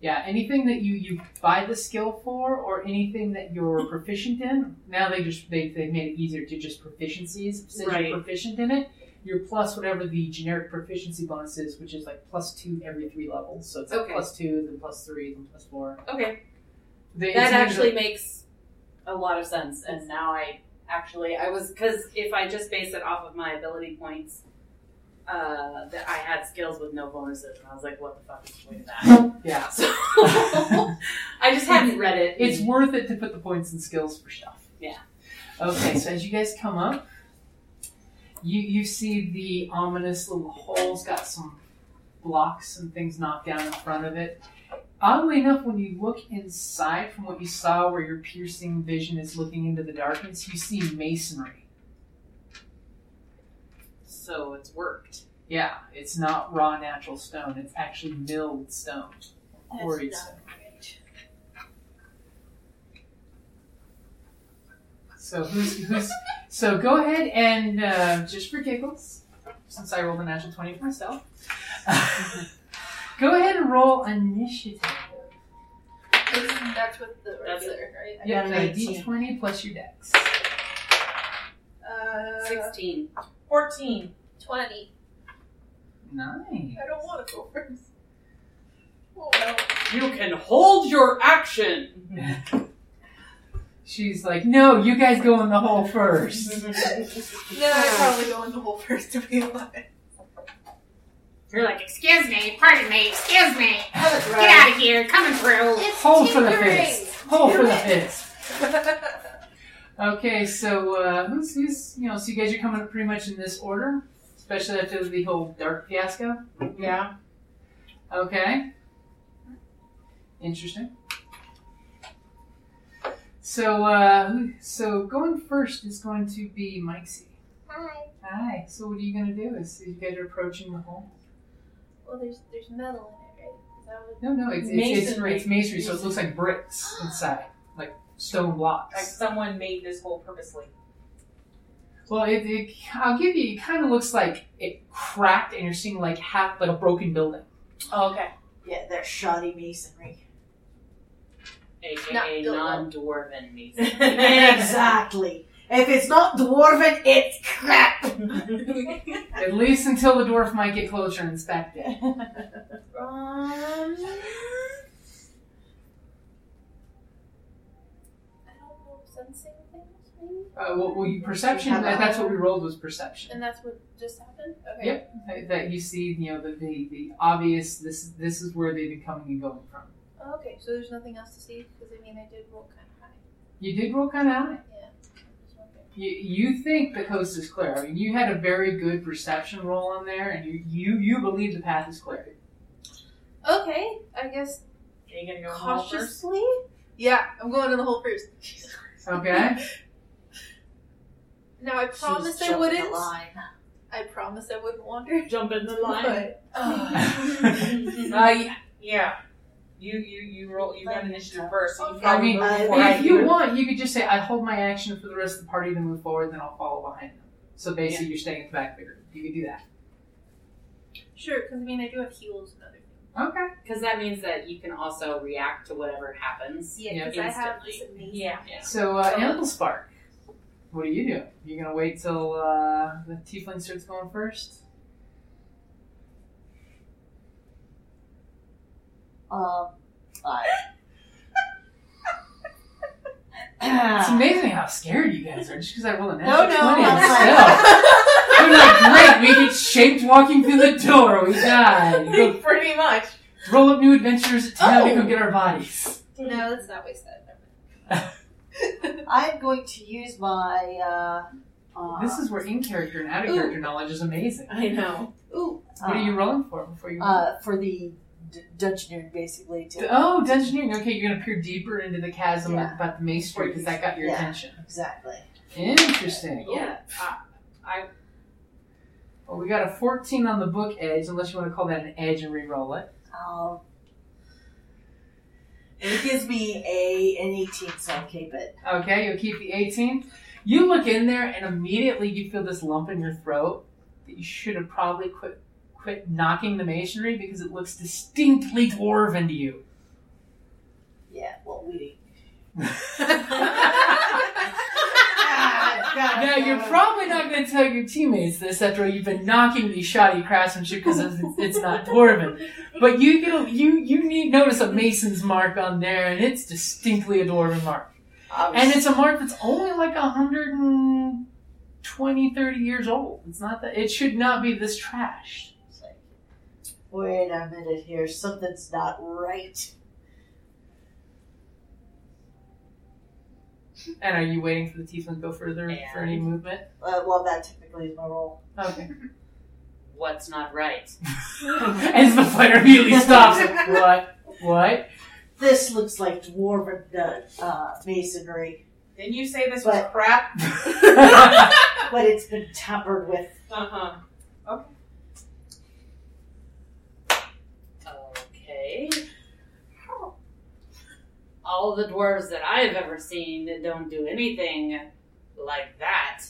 [SPEAKER 4] Yeah, anything that you you buy the skill for, or anything that you're proficient in. Now they just they they made it easier to just proficiencies. Since
[SPEAKER 8] Right.
[SPEAKER 4] you're proficient in it, you're plus whatever the generic proficiency bonus is, which is like plus two every three levels. So it's like
[SPEAKER 7] Okay.
[SPEAKER 4] plus two, then plus three, then plus four.
[SPEAKER 6] Okay.
[SPEAKER 4] They,
[SPEAKER 6] That
[SPEAKER 4] it's
[SPEAKER 6] actually makes a lot of sense. And now I actually, I was, because if I just base it off of my ability points, uh, that I had skills with no bonuses, and I was like, what the fuck is the point of that?
[SPEAKER 4] yeah.
[SPEAKER 6] So I just hadn't read it.
[SPEAKER 4] It's worth it to put the points and skills for stuff.
[SPEAKER 6] Yeah.
[SPEAKER 4] Okay, so as you guys come up, you you see the ominous little hole's got some blocks and things knocked down in front of it. Oddly enough, when you look inside from what you saw where your piercing vision is looking into the darkness, you see masonry.
[SPEAKER 6] so it's worked.
[SPEAKER 4] Yeah, it's not raw natural stone, it's actually milled stone. Quarried
[SPEAKER 5] That's
[SPEAKER 4] stone. So who's who's? so go ahead and uh, just for giggles, since I rolled a natural twenty for myself, go ahead and roll initiative.
[SPEAKER 5] That's, that's with the
[SPEAKER 6] That's it.
[SPEAKER 5] regular, right? I
[SPEAKER 4] Yeah,
[SPEAKER 5] got
[SPEAKER 4] a
[SPEAKER 5] an
[SPEAKER 4] d twenty plus your dex.
[SPEAKER 5] Uh,
[SPEAKER 6] 16.
[SPEAKER 3] 14.
[SPEAKER 5] 20.
[SPEAKER 4] Nice.
[SPEAKER 5] I don't want to go first. Oh,
[SPEAKER 6] You can hold your action!
[SPEAKER 4] She's like, no, you guys go in the hole first.
[SPEAKER 5] Yeah, I'd probably go in the hole first to be alive.
[SPEAKER 7] You're like, excuse me, pardon me, excuse me.
[SPEAKER 5] Have it
[SPEAKER 7] Get out of here, coming through.
[SPEAKER 5] It's
[SPEAKER 4] Hole for the
[SPEAKER 5] tinkering.
[SPEAKER 4] fist. Hole for the
[SPEAKER 5] Do it.
[SPEAKER 4] fist. Okay, so uh, who's who's you know? So you guys are coming up pretty much in this order, especially after the whole dark fiasco.
[SPEAKER 3] Yeah.
[SPEAKER 4] Okay. Interesting. So, uh, who- so going first is going to be Mikesy.
[SPEAKER 5] Hi.
[SPEAKER 4] Hi. So, what are you going to do? Is you guys are approaching the hole?
[SPEAKER 5] Well, there's there's metal in it, right? Is that what-
[SPEAKER 4] No, no, it's it's, it's,
[SPEAKER 3] Masonry.
[SPEAKER 4] it's masonry, so it looks like bricks inside, like stone
[SPEAKER 3] Like
[SPEAKER 4] blocks.
[SPEAKER 3] someone made this hole purposely.
[SPEAKER 4] Well, it, it I'll give you. It kind of looks like it cracked, and you're seeing like half like a broken building.
[SPEAKER 3] Oh, okay.
[SPEAKER 2] Yeah, that shoddy masonry.
[SPEAKER 5] Not
[SPEAKER 6] AKA
[SPEAKER 5] Bilbo.
[SPEAKER 6] non dwarven
[SPEAKER 2] exactly. If it's not dwarven, it's crap.
[SPEAKER 4] At least until the dwarf might get closer and inspect it. Uh,
[SPEAKER 5] Um, I don't know, sensing things maybe,
[SPEAKER 4] Uh, well, well, you perception.
[SPEAKER 2] Have
[SPEAKER 4] That,
[SPEAKER 2] a-
[SPEAKER 4] that's what we rolled was perception.
[SPEAKER 5] and that's what just happened. Okay.
[SPEAKER 4] Yep. That- That you see, you know, the, the, the obvious. This this is where they've been coming and going from.
[SPEAKER 5] Oh, okay, so there's nothing else to see because I mean I did roll kind of high.
[SPEAKER 4] You did roll kind of high.
[SPEAKER 5] Yeah. I'm just wondering.
[SPEAKER 4] You, you think the coast is clear. I mean, you had a very good perception roll on there, and you you, you believe the path is clear.
[SPEAKER 5] Okay, I guess
[SPEAKER 3] Are you gonna go in the hole first?
[SPEAKER 5] cautiously. Yeah, I'm going in the hole first. Jesus Christ.
[SPEAKER 4] Okay.
[SPEAKER 5] Now I
[SPEAKER 2] She's
[SPEAKER 5] promise I
[SPEAKER 2] jumping
[SPEAKER 5] wouldn't.
[SPEAKER 2] the line.
[SPEAKER 5] I promise I wouldn't wander.
[SPEAKER 8] Jump in the line.
[SPEAKER 5] But
[SPEAKER 4] Uh, yeah.
[SPEAKER 3] Yeah. You you you roll you got initiative first, so you
[SPEAKER 5] Okay.
[SPEAKER 4] I
[SPEAKER 3] probably
[SPEAKER 4] mean,
[SPEAKER 3] move
[SPEAKER 2] I-
[SPEAKER 3] forward.
[SPEAKER 4] if you want, you could just say, "I hold my action for the rest of the party to move forward, then I'll follow behind them." So basically, you're staying at the back of the group. You could do that.
[SPEAKER 5] sure, because I mean I do have heels and other things.
[SPEAKER 4] Okay.
[SPEAKER 6] Because that means that you can also react to whatever happens.
[SPEAKER 5] Yeah, because I have this amazing.
[SPEAKER 3] Yeah.
[SPEAKER 4] So, uh, Ample Spark, what do you do? You gonna wait till uh, the tiefling starts going first?
[SPEAKER 2] Um,
[SPEAKER 4] It's
[SPEAKER 2] I.
[SPEAKER 4] amazing how scared you guys are just because I rolled a
[SPEAKER 2] no,
[SPEAKER 4] natural
[SPEAKER 2] no.
[SPEAKER 4] 20 on stealth.
[SPEAKER 2] I'm
[SPEAKER 4] We're like, great, we get shaped walking through the door, we die. Go
[SPEAKER 3] Pretty much.
[SPEAKER 4] roll up new adventures at town
[SPEAKER 2] Oh.
[SPEAKER 4] and go get our bodies.
[SPEAKER 5] No, let's not waste that. Never mind.
[SPEAKER 2] like, I'm going to use my. Uh, uh,
[SPEAKER 4] This is where in character and out of character knowledge is amazing.
[SPEAKER 3] I know.
[SPEAKER 2] ooh,
[SPEAKER 4] What are you
[SPEAKER 2] uh,
[SPEAKER 4] rolling for before you
[SPEAKER 2] uh, for the d- dungeoneering, basically. To,
[SPEAKER 4] Oh, dungeoneering. Okay, you're gonna peer deeper into the chasm
[SPEAKER 2] Yeah.
[SPEAKER 4] about the mace because that got your
[SPEAKER 2] Yeah.
[SPEAKER 4] attention.
[SPEAKER 2] Exactly.
[SPEAKER 4] Interesting.
[SPEAKER 6] Yeah. Uh,
[SPEAKER 4] Well, we got a 14 on the book edge, unless you want to call that an edge and re-roll it.
[SPEAKER 2] Um, it gives me a an 18, so I'll keep it.
[SPEAKER 4] Okay, you'll keep the 18. You look in there, and immediately you feel this lump in your throat that you should have probably quit quit knocking the masonry because it looks distinctly dwarven to you.
[SPEAKER 2] Yeah, well, weeding.
[SPEAKER 4] Now you're probably not going to tell your teammates this after you've been knocking these shoddy craftsmanship because it's, it's not dwarven. But you get a, you you need notice a mason's mark on there, and it's distinctly a dwarven mark,
[SPEAKER 2] Um,
[SPEAKER 4] and it's a mark that's only like 120, 30 years old. It's not that it should not be this trashed.
[SPEAKER 2] It's like, wait a minute here, something's not right.
[SPEAKER 4] And are you waiting for the tiefling to go further for any movement?
[SPEAKER 2] Uh, well, that technically is my role.
[SPEAKER 4] Okay,
[SPEAKER 6] What's not right?
[SPEAKER 4] and the player immediately stops. what? What?
[SPEAKER 2] This looks like dwarven uh, uh, masonry,
[SPEAKER 3] Didn't you say this was
[SPEAKER 2] But-
[SPEAKER 3] crap?
[SPEAKER 2] but it's been tampered with.
[SPEAKER 3] Uh huh.
[SPEAKER 6] Okay. All the dwarves that I've ever seen don't do anything like that,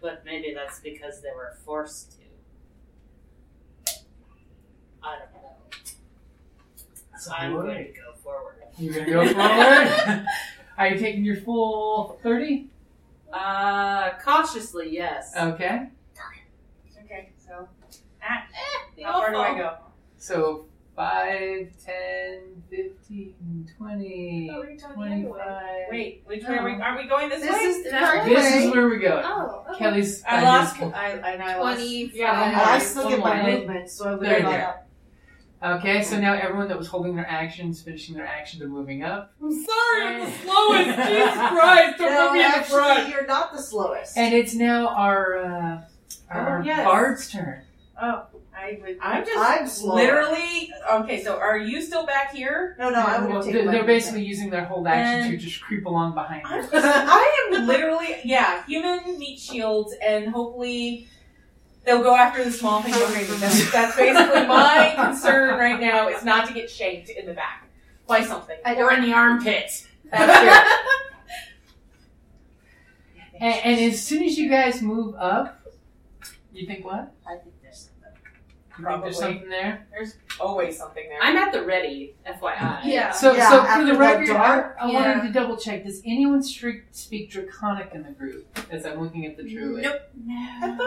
[SPEAKER 6] but maybe that's because they were forced to. I don't know. So I'm
[SPEAKER 4] Alright.
[SPEAKER 6] going to go forward.
[SPEAKER 4] You're gonna go forward. Are you taking your full thirty?
[SPEAKER 6] Uh, cautiously, yes.
[SPEAKER 4] Okay.
[SPEAKER 3] Okay, so ah,
[SPEAKER 5] They
[SPEAKER 3] how far do I
[SPEAKER 5] all
[SPEAKER 3] go?
[SPEAKER 4] So 5, 10, 15, 20,
[SPEAKER 5] Oh, we're going the other way.
[SPEAKER 4] 25.
[SPEAKER 3] Wait, which way are we? Are we going this,
[SPEAKER 5] This
[SPEAKER 3] way?
[SPEAKER 5] is the
[SPEAKER 3] No.
[SPEAKER 5] current
[SPEAKER 4] This is where we go.
[SPEAKER 5] fall. Oh, okay.
[SPEAKER 4] Kelly's.
[SPEAKER 3] I lost. I, I, I lost.
[SPEAKER 5] Twenty.
[SPEAKER 4] Yeah,
[SPEAKER 2] I
[SPEAKER 4] Alright,
[SPEAKER 2] still get my
[SPEAKER 4] somewhere.
[SPEAKER 2] movement, so I would
[SPEAKER 4] There
[SPEAKER 2] have
[SPEAKER 4] you
[SPEAKER 2] gone
[SPEAKER 4] go.
[SPEAKER 2] up.
[SPEAKER 4] Okay, so now everyone that was holding their actions, finishing their actions, and moving up.
[SPEAKER 3] I'm sorry, I'm the slowest. Jesus Christ, don't
[SPEAKER 2] No,
[SPEAKER 3] put me in the front.
[SPEAKER 2] actually, you're not the slowest.
[SPEAKER 4] And it's now our uh, our
[SPEAKER 3] Oh, yes.
[SPEAKER 4] bard's turn.
[SPEAKER 3] Oh, I would. I'm just
[SPEAKER 2] I'm slow.
[SPEAKER 3] literally okay. So are you still back here?
[SPEAKER 2] Oh, No, no, I would
[SPEAKER 4] Well,
[SPEAKER 2] have
[SPEAKER 4] they're
[SPEAKER 2] taken my
[SPEAKER 4] they're
[SPEAKER 2] movement.
[SPEAKER 4] basically using their whole action to
[SPEAKER 3] And-
[SPEAKER 4] just creep along behind
[SPEAKER 3] I'm
[SPEAKER 4] her.
[SPEAKER 3] just, Uh, I am literally yeah. Human meat shields, and hopefully they'll go after the small thing. behind me. That's, that's basically my concern right now is not to get shanked in the back by something.
[SPEAKER 6] Or in the armpit.
[SPEAKER 3] That's
[SPEAKER 4] And, and as soon as you guys move up, you think what?
[SPEAKER 2] I think there's something.
[SPEAKER 4] You think
[SPEAKER 3] Probably.
[SPEAKER 4] there's something there?
[SPEAKER 3] always something there.
[SPEAKER 6] I'm at the ready, FYI.
[SPEAKER 5] Yeah.
[SPEAKER 4] So,
[SPEAKER 2] Yeah,
[SPEAKER 4] so for
[SPEAKER 2] after
[SPEAKER 4] the
[SPEAKER 2] the
[SPEAKER 4] record,
[SPEAKER 2] dark,
[SPEAKER 4] I, I
[SPEAKER 5] yeah.
[SPEAKER 4] wanted to double check. Does anyone streak, speak Draconic in the group? As I'm looking at the druid.
[SPEAKER 5] Nope.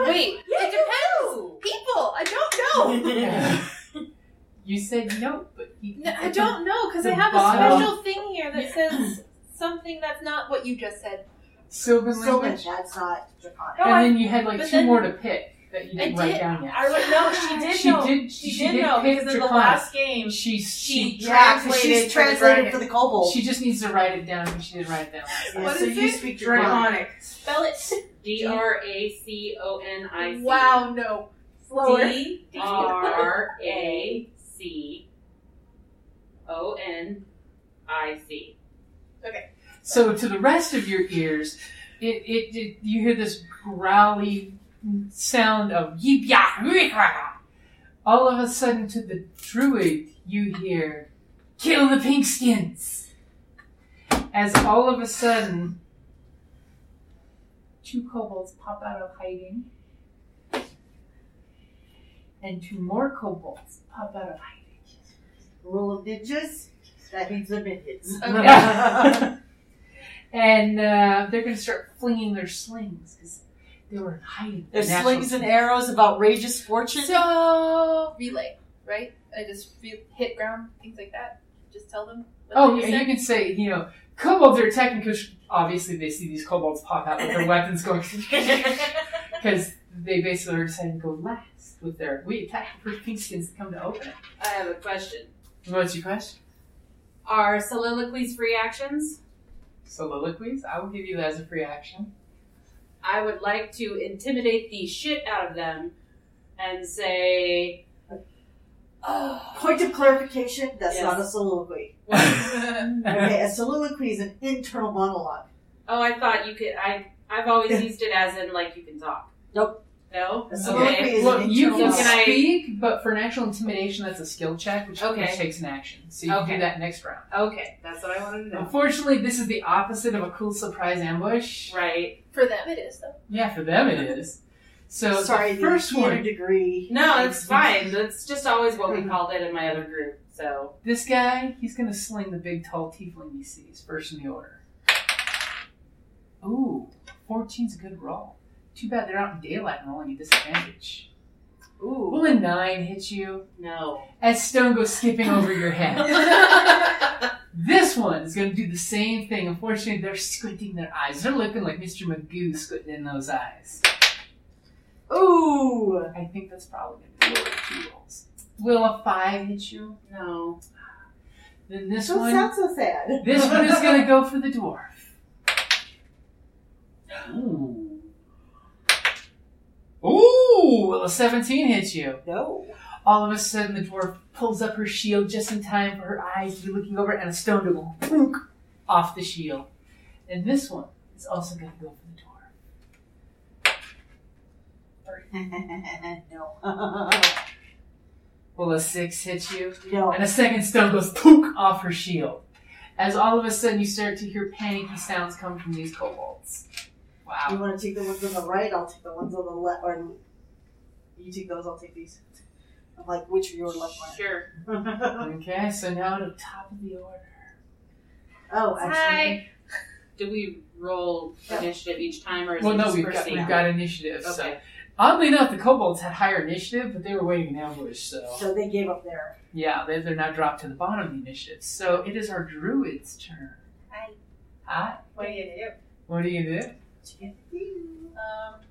[SPEAKER 5] Wait. it depends. People, I don't know.
[SPEAKER 4] you said nope, but he,
[SPEAKER 5] No, I don't know because I
[SPEAKER 4] The
[SPEAKER 5] have a
[SPEAKER 4] bottom.
[SPEAKER 5] special thing here that says something that's not what you just said.
[SPEAKER 4] Sylvan
[SPEAKER 2] So much,
[SPEAKER 4] language.
[SPEAKER 2] that's not draconic.
[SPEAKER 3] No, I-
[SPEAKER 4] and then you had like
[SPEAKER 5] but
[SPEAKER 4] two
[SPEAKER 5] then-
[SPEAKER 4] more to pick that you didn't
[SPEAKER 5] I
[SPEAKER 4] write
[SPEAKER 5] did-
[SPEAKER 4] down yet.
[SPEAKER 3] I would no. She did
[SPEAKER 4] She
[SPEAKER 3] know.
[SPEAKER 4] did-
[SPEAKER 3] She,
[SPEAKER 4] she
[SPEAKER 3] did,
[SPEAKER 4] did
[SPEAKER 3] know
[SPEAKER 4] pick
[SPEAKER 3] because in the
[SPEAKER 4] Draconic.
[SPEAKER 3] last game
[SPEAKER 4] she
[SPEAKER 3] she
[SPEAKER 4] she
[SPEAKER 2] Yeah, 'cause
[SPEAKER 3] translated
[SPEAKER 2] she's
[SPEAKER 3] for the
[SPEAKER 2] translated
[SPEAKER 3] dragon.
[SPEAKER 2] for the kobold.
[SPEAKER 4] she just needs to write it down. and She didn't write it down. last
[SPEAKER 2] Yeah,
[SPEAKER 4] time.
[SPEAKER 5] What
[SPEAKER 2] so
[SPEAKER 5] is
[SPEAKER 2] you
[SPEAKER 5] it?
[SPEAKER 2] speak draconic.
[SPEAKER 3] Draconic.
[SPEAKER 5] Spell it.
[SPEAKER 6] D R A C O N I C.
[SPEAKER 5] Wow, no. Slower.
[SPEAKER 6] D R A C O N I C.
[SPEAKER 4] So to the rest of your ears, it, it, it you hear this growly sound of yeep yah yeep, yah. All of a sudden, to the druid, you hear "Kill the pinkskins." As all of a sudden, two kobolds pop out of hiding, and two more kobolds pop out of hiding.
[SPEAKER 2] Rule of ninjas? That means they're minions.
[SPEAKER 4] and uh, they're going to start flinging their slings because they were in hiding.
[SPEAKER 2] There's
[SPEAKER 4] Natural
[SPEAKER 2] slings and
[SPEAKER 4] sling.
[SPEAKER 2] arrows of outrageous fortune.
[SPEAKER 5] So relay, right? I just re- hit ground, things like that. Just tell them. What
[SPEAKER 4] Oh,
[SPEAKER 5] they
[SPEAKER 4] yeah,
[SPEAKER 5] said.
[SPEAKER 4] you can say, you know, kobolds are attacking because obviously they see these kobolds pop out with their weapons going because they basically are deciding to go last with their we attack for pinkskins to come to open it.
[SPEAKER 6] I have a question.
[SPEAKER 4] What's your question?
[SPEAKER 6] Are soliloquies free actions?
[SPEAKER 4] Soliloquies? I will give you that as a free action.
[SPEAKER 6] I would like to intimidate the shit out of them and say, oh,
[SPEAKER 2] Point of clarification, that's
[SPEAKER 6] Yes.
[SPEAKER 2] not a soliloquy.
[SPEAKER 4] okay.
[SPEAKER 2] Okay, a soliloquy is an internal monologue.
[SPEAKER 6] oh, I thought you could. I I've always used it as in like you can talk.
[SPEAKER 2] Nope.
[SPEAKER 6] No.
[SPEAKER 2] A soliloquy is
[SPEAKER 4] Well,
[SPEAKER 2] an
[SPEAKER 4] you
[SPEAKER 2] internal
[SPEAKER 4] can
[SPEAKER 6] Can
[SPEAKER 2] monologue.
[SPEAKER 6] I-
[SPEAKER 4] speak, but for natural intimidation, that's a skill check, which,
[SPEAKER 6] Okay.
[SPEAKER 4] which takes an action. So you can
[SPEAKER 6] Okay.
[SPEAKER 4] do that next round.
[SPEAKER 6] Okay, that's what I wanted to know.
[SPEAKER 4] Unfortunately, this is the opposite of a cool surprise ambush.
[SPEAKER 6] Right.
[SPEAKER 5] For them, it is though.
[SPEAKER 4] Yeah, for them it is. So the
[SPEAKER 2] Sorry,
[SPEAKER 4] first
[SPEAKER 2] the theater
[SPEAKER 4] one,
[SPEAKER 2] degree.
[SPEAKER 4] Hmm.
[SPEAKER 6] No, it's fine. That's just always what we called it in my other group. So
[SPEAKER 4] This guy, he's gonna sling the big tall tiefling he sees first in the order. Ooh, 14's a good roll. Too bad they're out in daylight and rolling at disadvantage. Ooh. Will a nine hit you
[SPEAKER 6] no.
[SPEAKER 4] as stone goes skipping over your head? This one is going to do the same thing. Unfortunately, they're squinting their eyes. They're looking like Mr. Magoo squinting in those eyes.
[SPEAKER 6] Ooh.
[SPEAKER 4] I think that's probably going to be two rolls. Will a five hit you?
[SPEAKER 6] No.
[SPEAKER 4] Then this
[SPEAKER 2] Don't
[SPEAKER 4] one.
[SPEAKER 2] sound so sad.
[SPEAKER 4] This one is gonna go for the dwarf. Ooh. Ooh, well, a 17 hits you.
[SPEAKER 2] No.
[SPEAKER 4] All of a sudden, the dwarf pulls up her shield just in time for her eyes to be looking over and a stone to go plunk off the shield. And this one is also gonna go for the dwarf.
[SPEAKER 2] no.
[SPEAKER 4] Well, a 6 hits you.
[SPEAKER 2] no.
[SPEAKER 4] And a second stone goes pook off her shield. As all of a sudden, you start to hear panicky sounds come from these kobolds. Wow.
[SPEAKER 2] You want to take the ones on the right? I'll take the ones on the left. Or you take those, I'll take these. I'm like, which are your left one?
[SPEAKER 7] Sure.
[SPEAKER 4] Okay, so now to the top of the order.
[SPEAKER 2] oh, actually.
[SPEAKER 6] Do we roll initiative each time, or is
[SPEAKER 4] Well,
[SPEAKER 6] it
[SPEAKER 4] no,
[SPEAKER 6] just
[SPEAKER 4] we've
[SPEAKER 6] first
[SPEAKER 4] got,
[SPEAKER 6] thing?
[SPEAKER 4] we've got initiative. So
[SPEAKER 6] Okay.
[SPEAKER 4] oddly enough, the kobolds had higher initiative, but they were waiting in ambush. So
[SPEAKER 2] So they gave up there.
[SPEAKER 4] yeah, they, they're now dropped to the bottom of the initiative. So it is our druid's turn.
[SPEAKER 5] Hi.
[SPEAKER 4] Hi.
[SPEAKER 3] What do you do?
[SPEAKER 4] What do you do?
[SPEAKER 5] Um,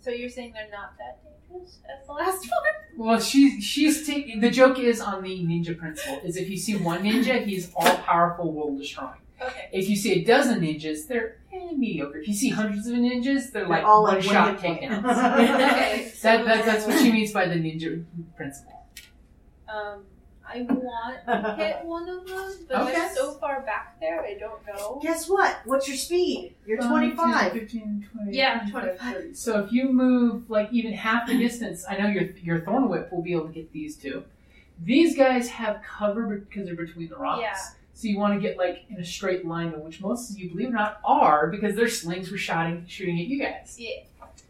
[SPEAKER 5] so you're saying they're not that dangerous as the last one?
[SPEAKER 4] Well, she's she's taking. The joke is on the ninja principle. Is if you see one ninja, he's all powerful, world destroying.
[SPEAKER 5] Okay.
[SPEAKER 4] If you see a dozen ninjas, they're eh, mediocre. If you see hundreds of ninjas, they're like
[SPEAKER 2] all
[SPEAKER 4] one
[SPEAKER 2] like
[SPEAKER 4] shot
[SPEAKER 2] one hit
[SPEAKER 4] takedowns.
[SPEAKER 2] points.
[SPEAKER 5] Okay.
[SPEAKER 4] That, that, that's what she means by the ninja principle.
[SPEAKER 5] Um, I want to hit one of them, but
[SPEAKER 4] Okay.
[SPEAKER 5] they're so far back there, I don't know.
[SPEAKER 2] Guess what? What's your speed? You're 25.
[SPEAKER 4] 15, 20,
[SPEAKER 5] Yeah, I'm 25.
[SPEAKER 4] 30. So if you move like even half the distance, I know your your thorn whip will be able to get these two. These guys have cover because they're between the rocks.
[SPEAKER 5] Yeah.
[SPEAKER 4] So you want to get like in a straight line, which most of you believe it or not are because their slings were shooting shooting at you guys.
[SPEAKER 5] Yeah.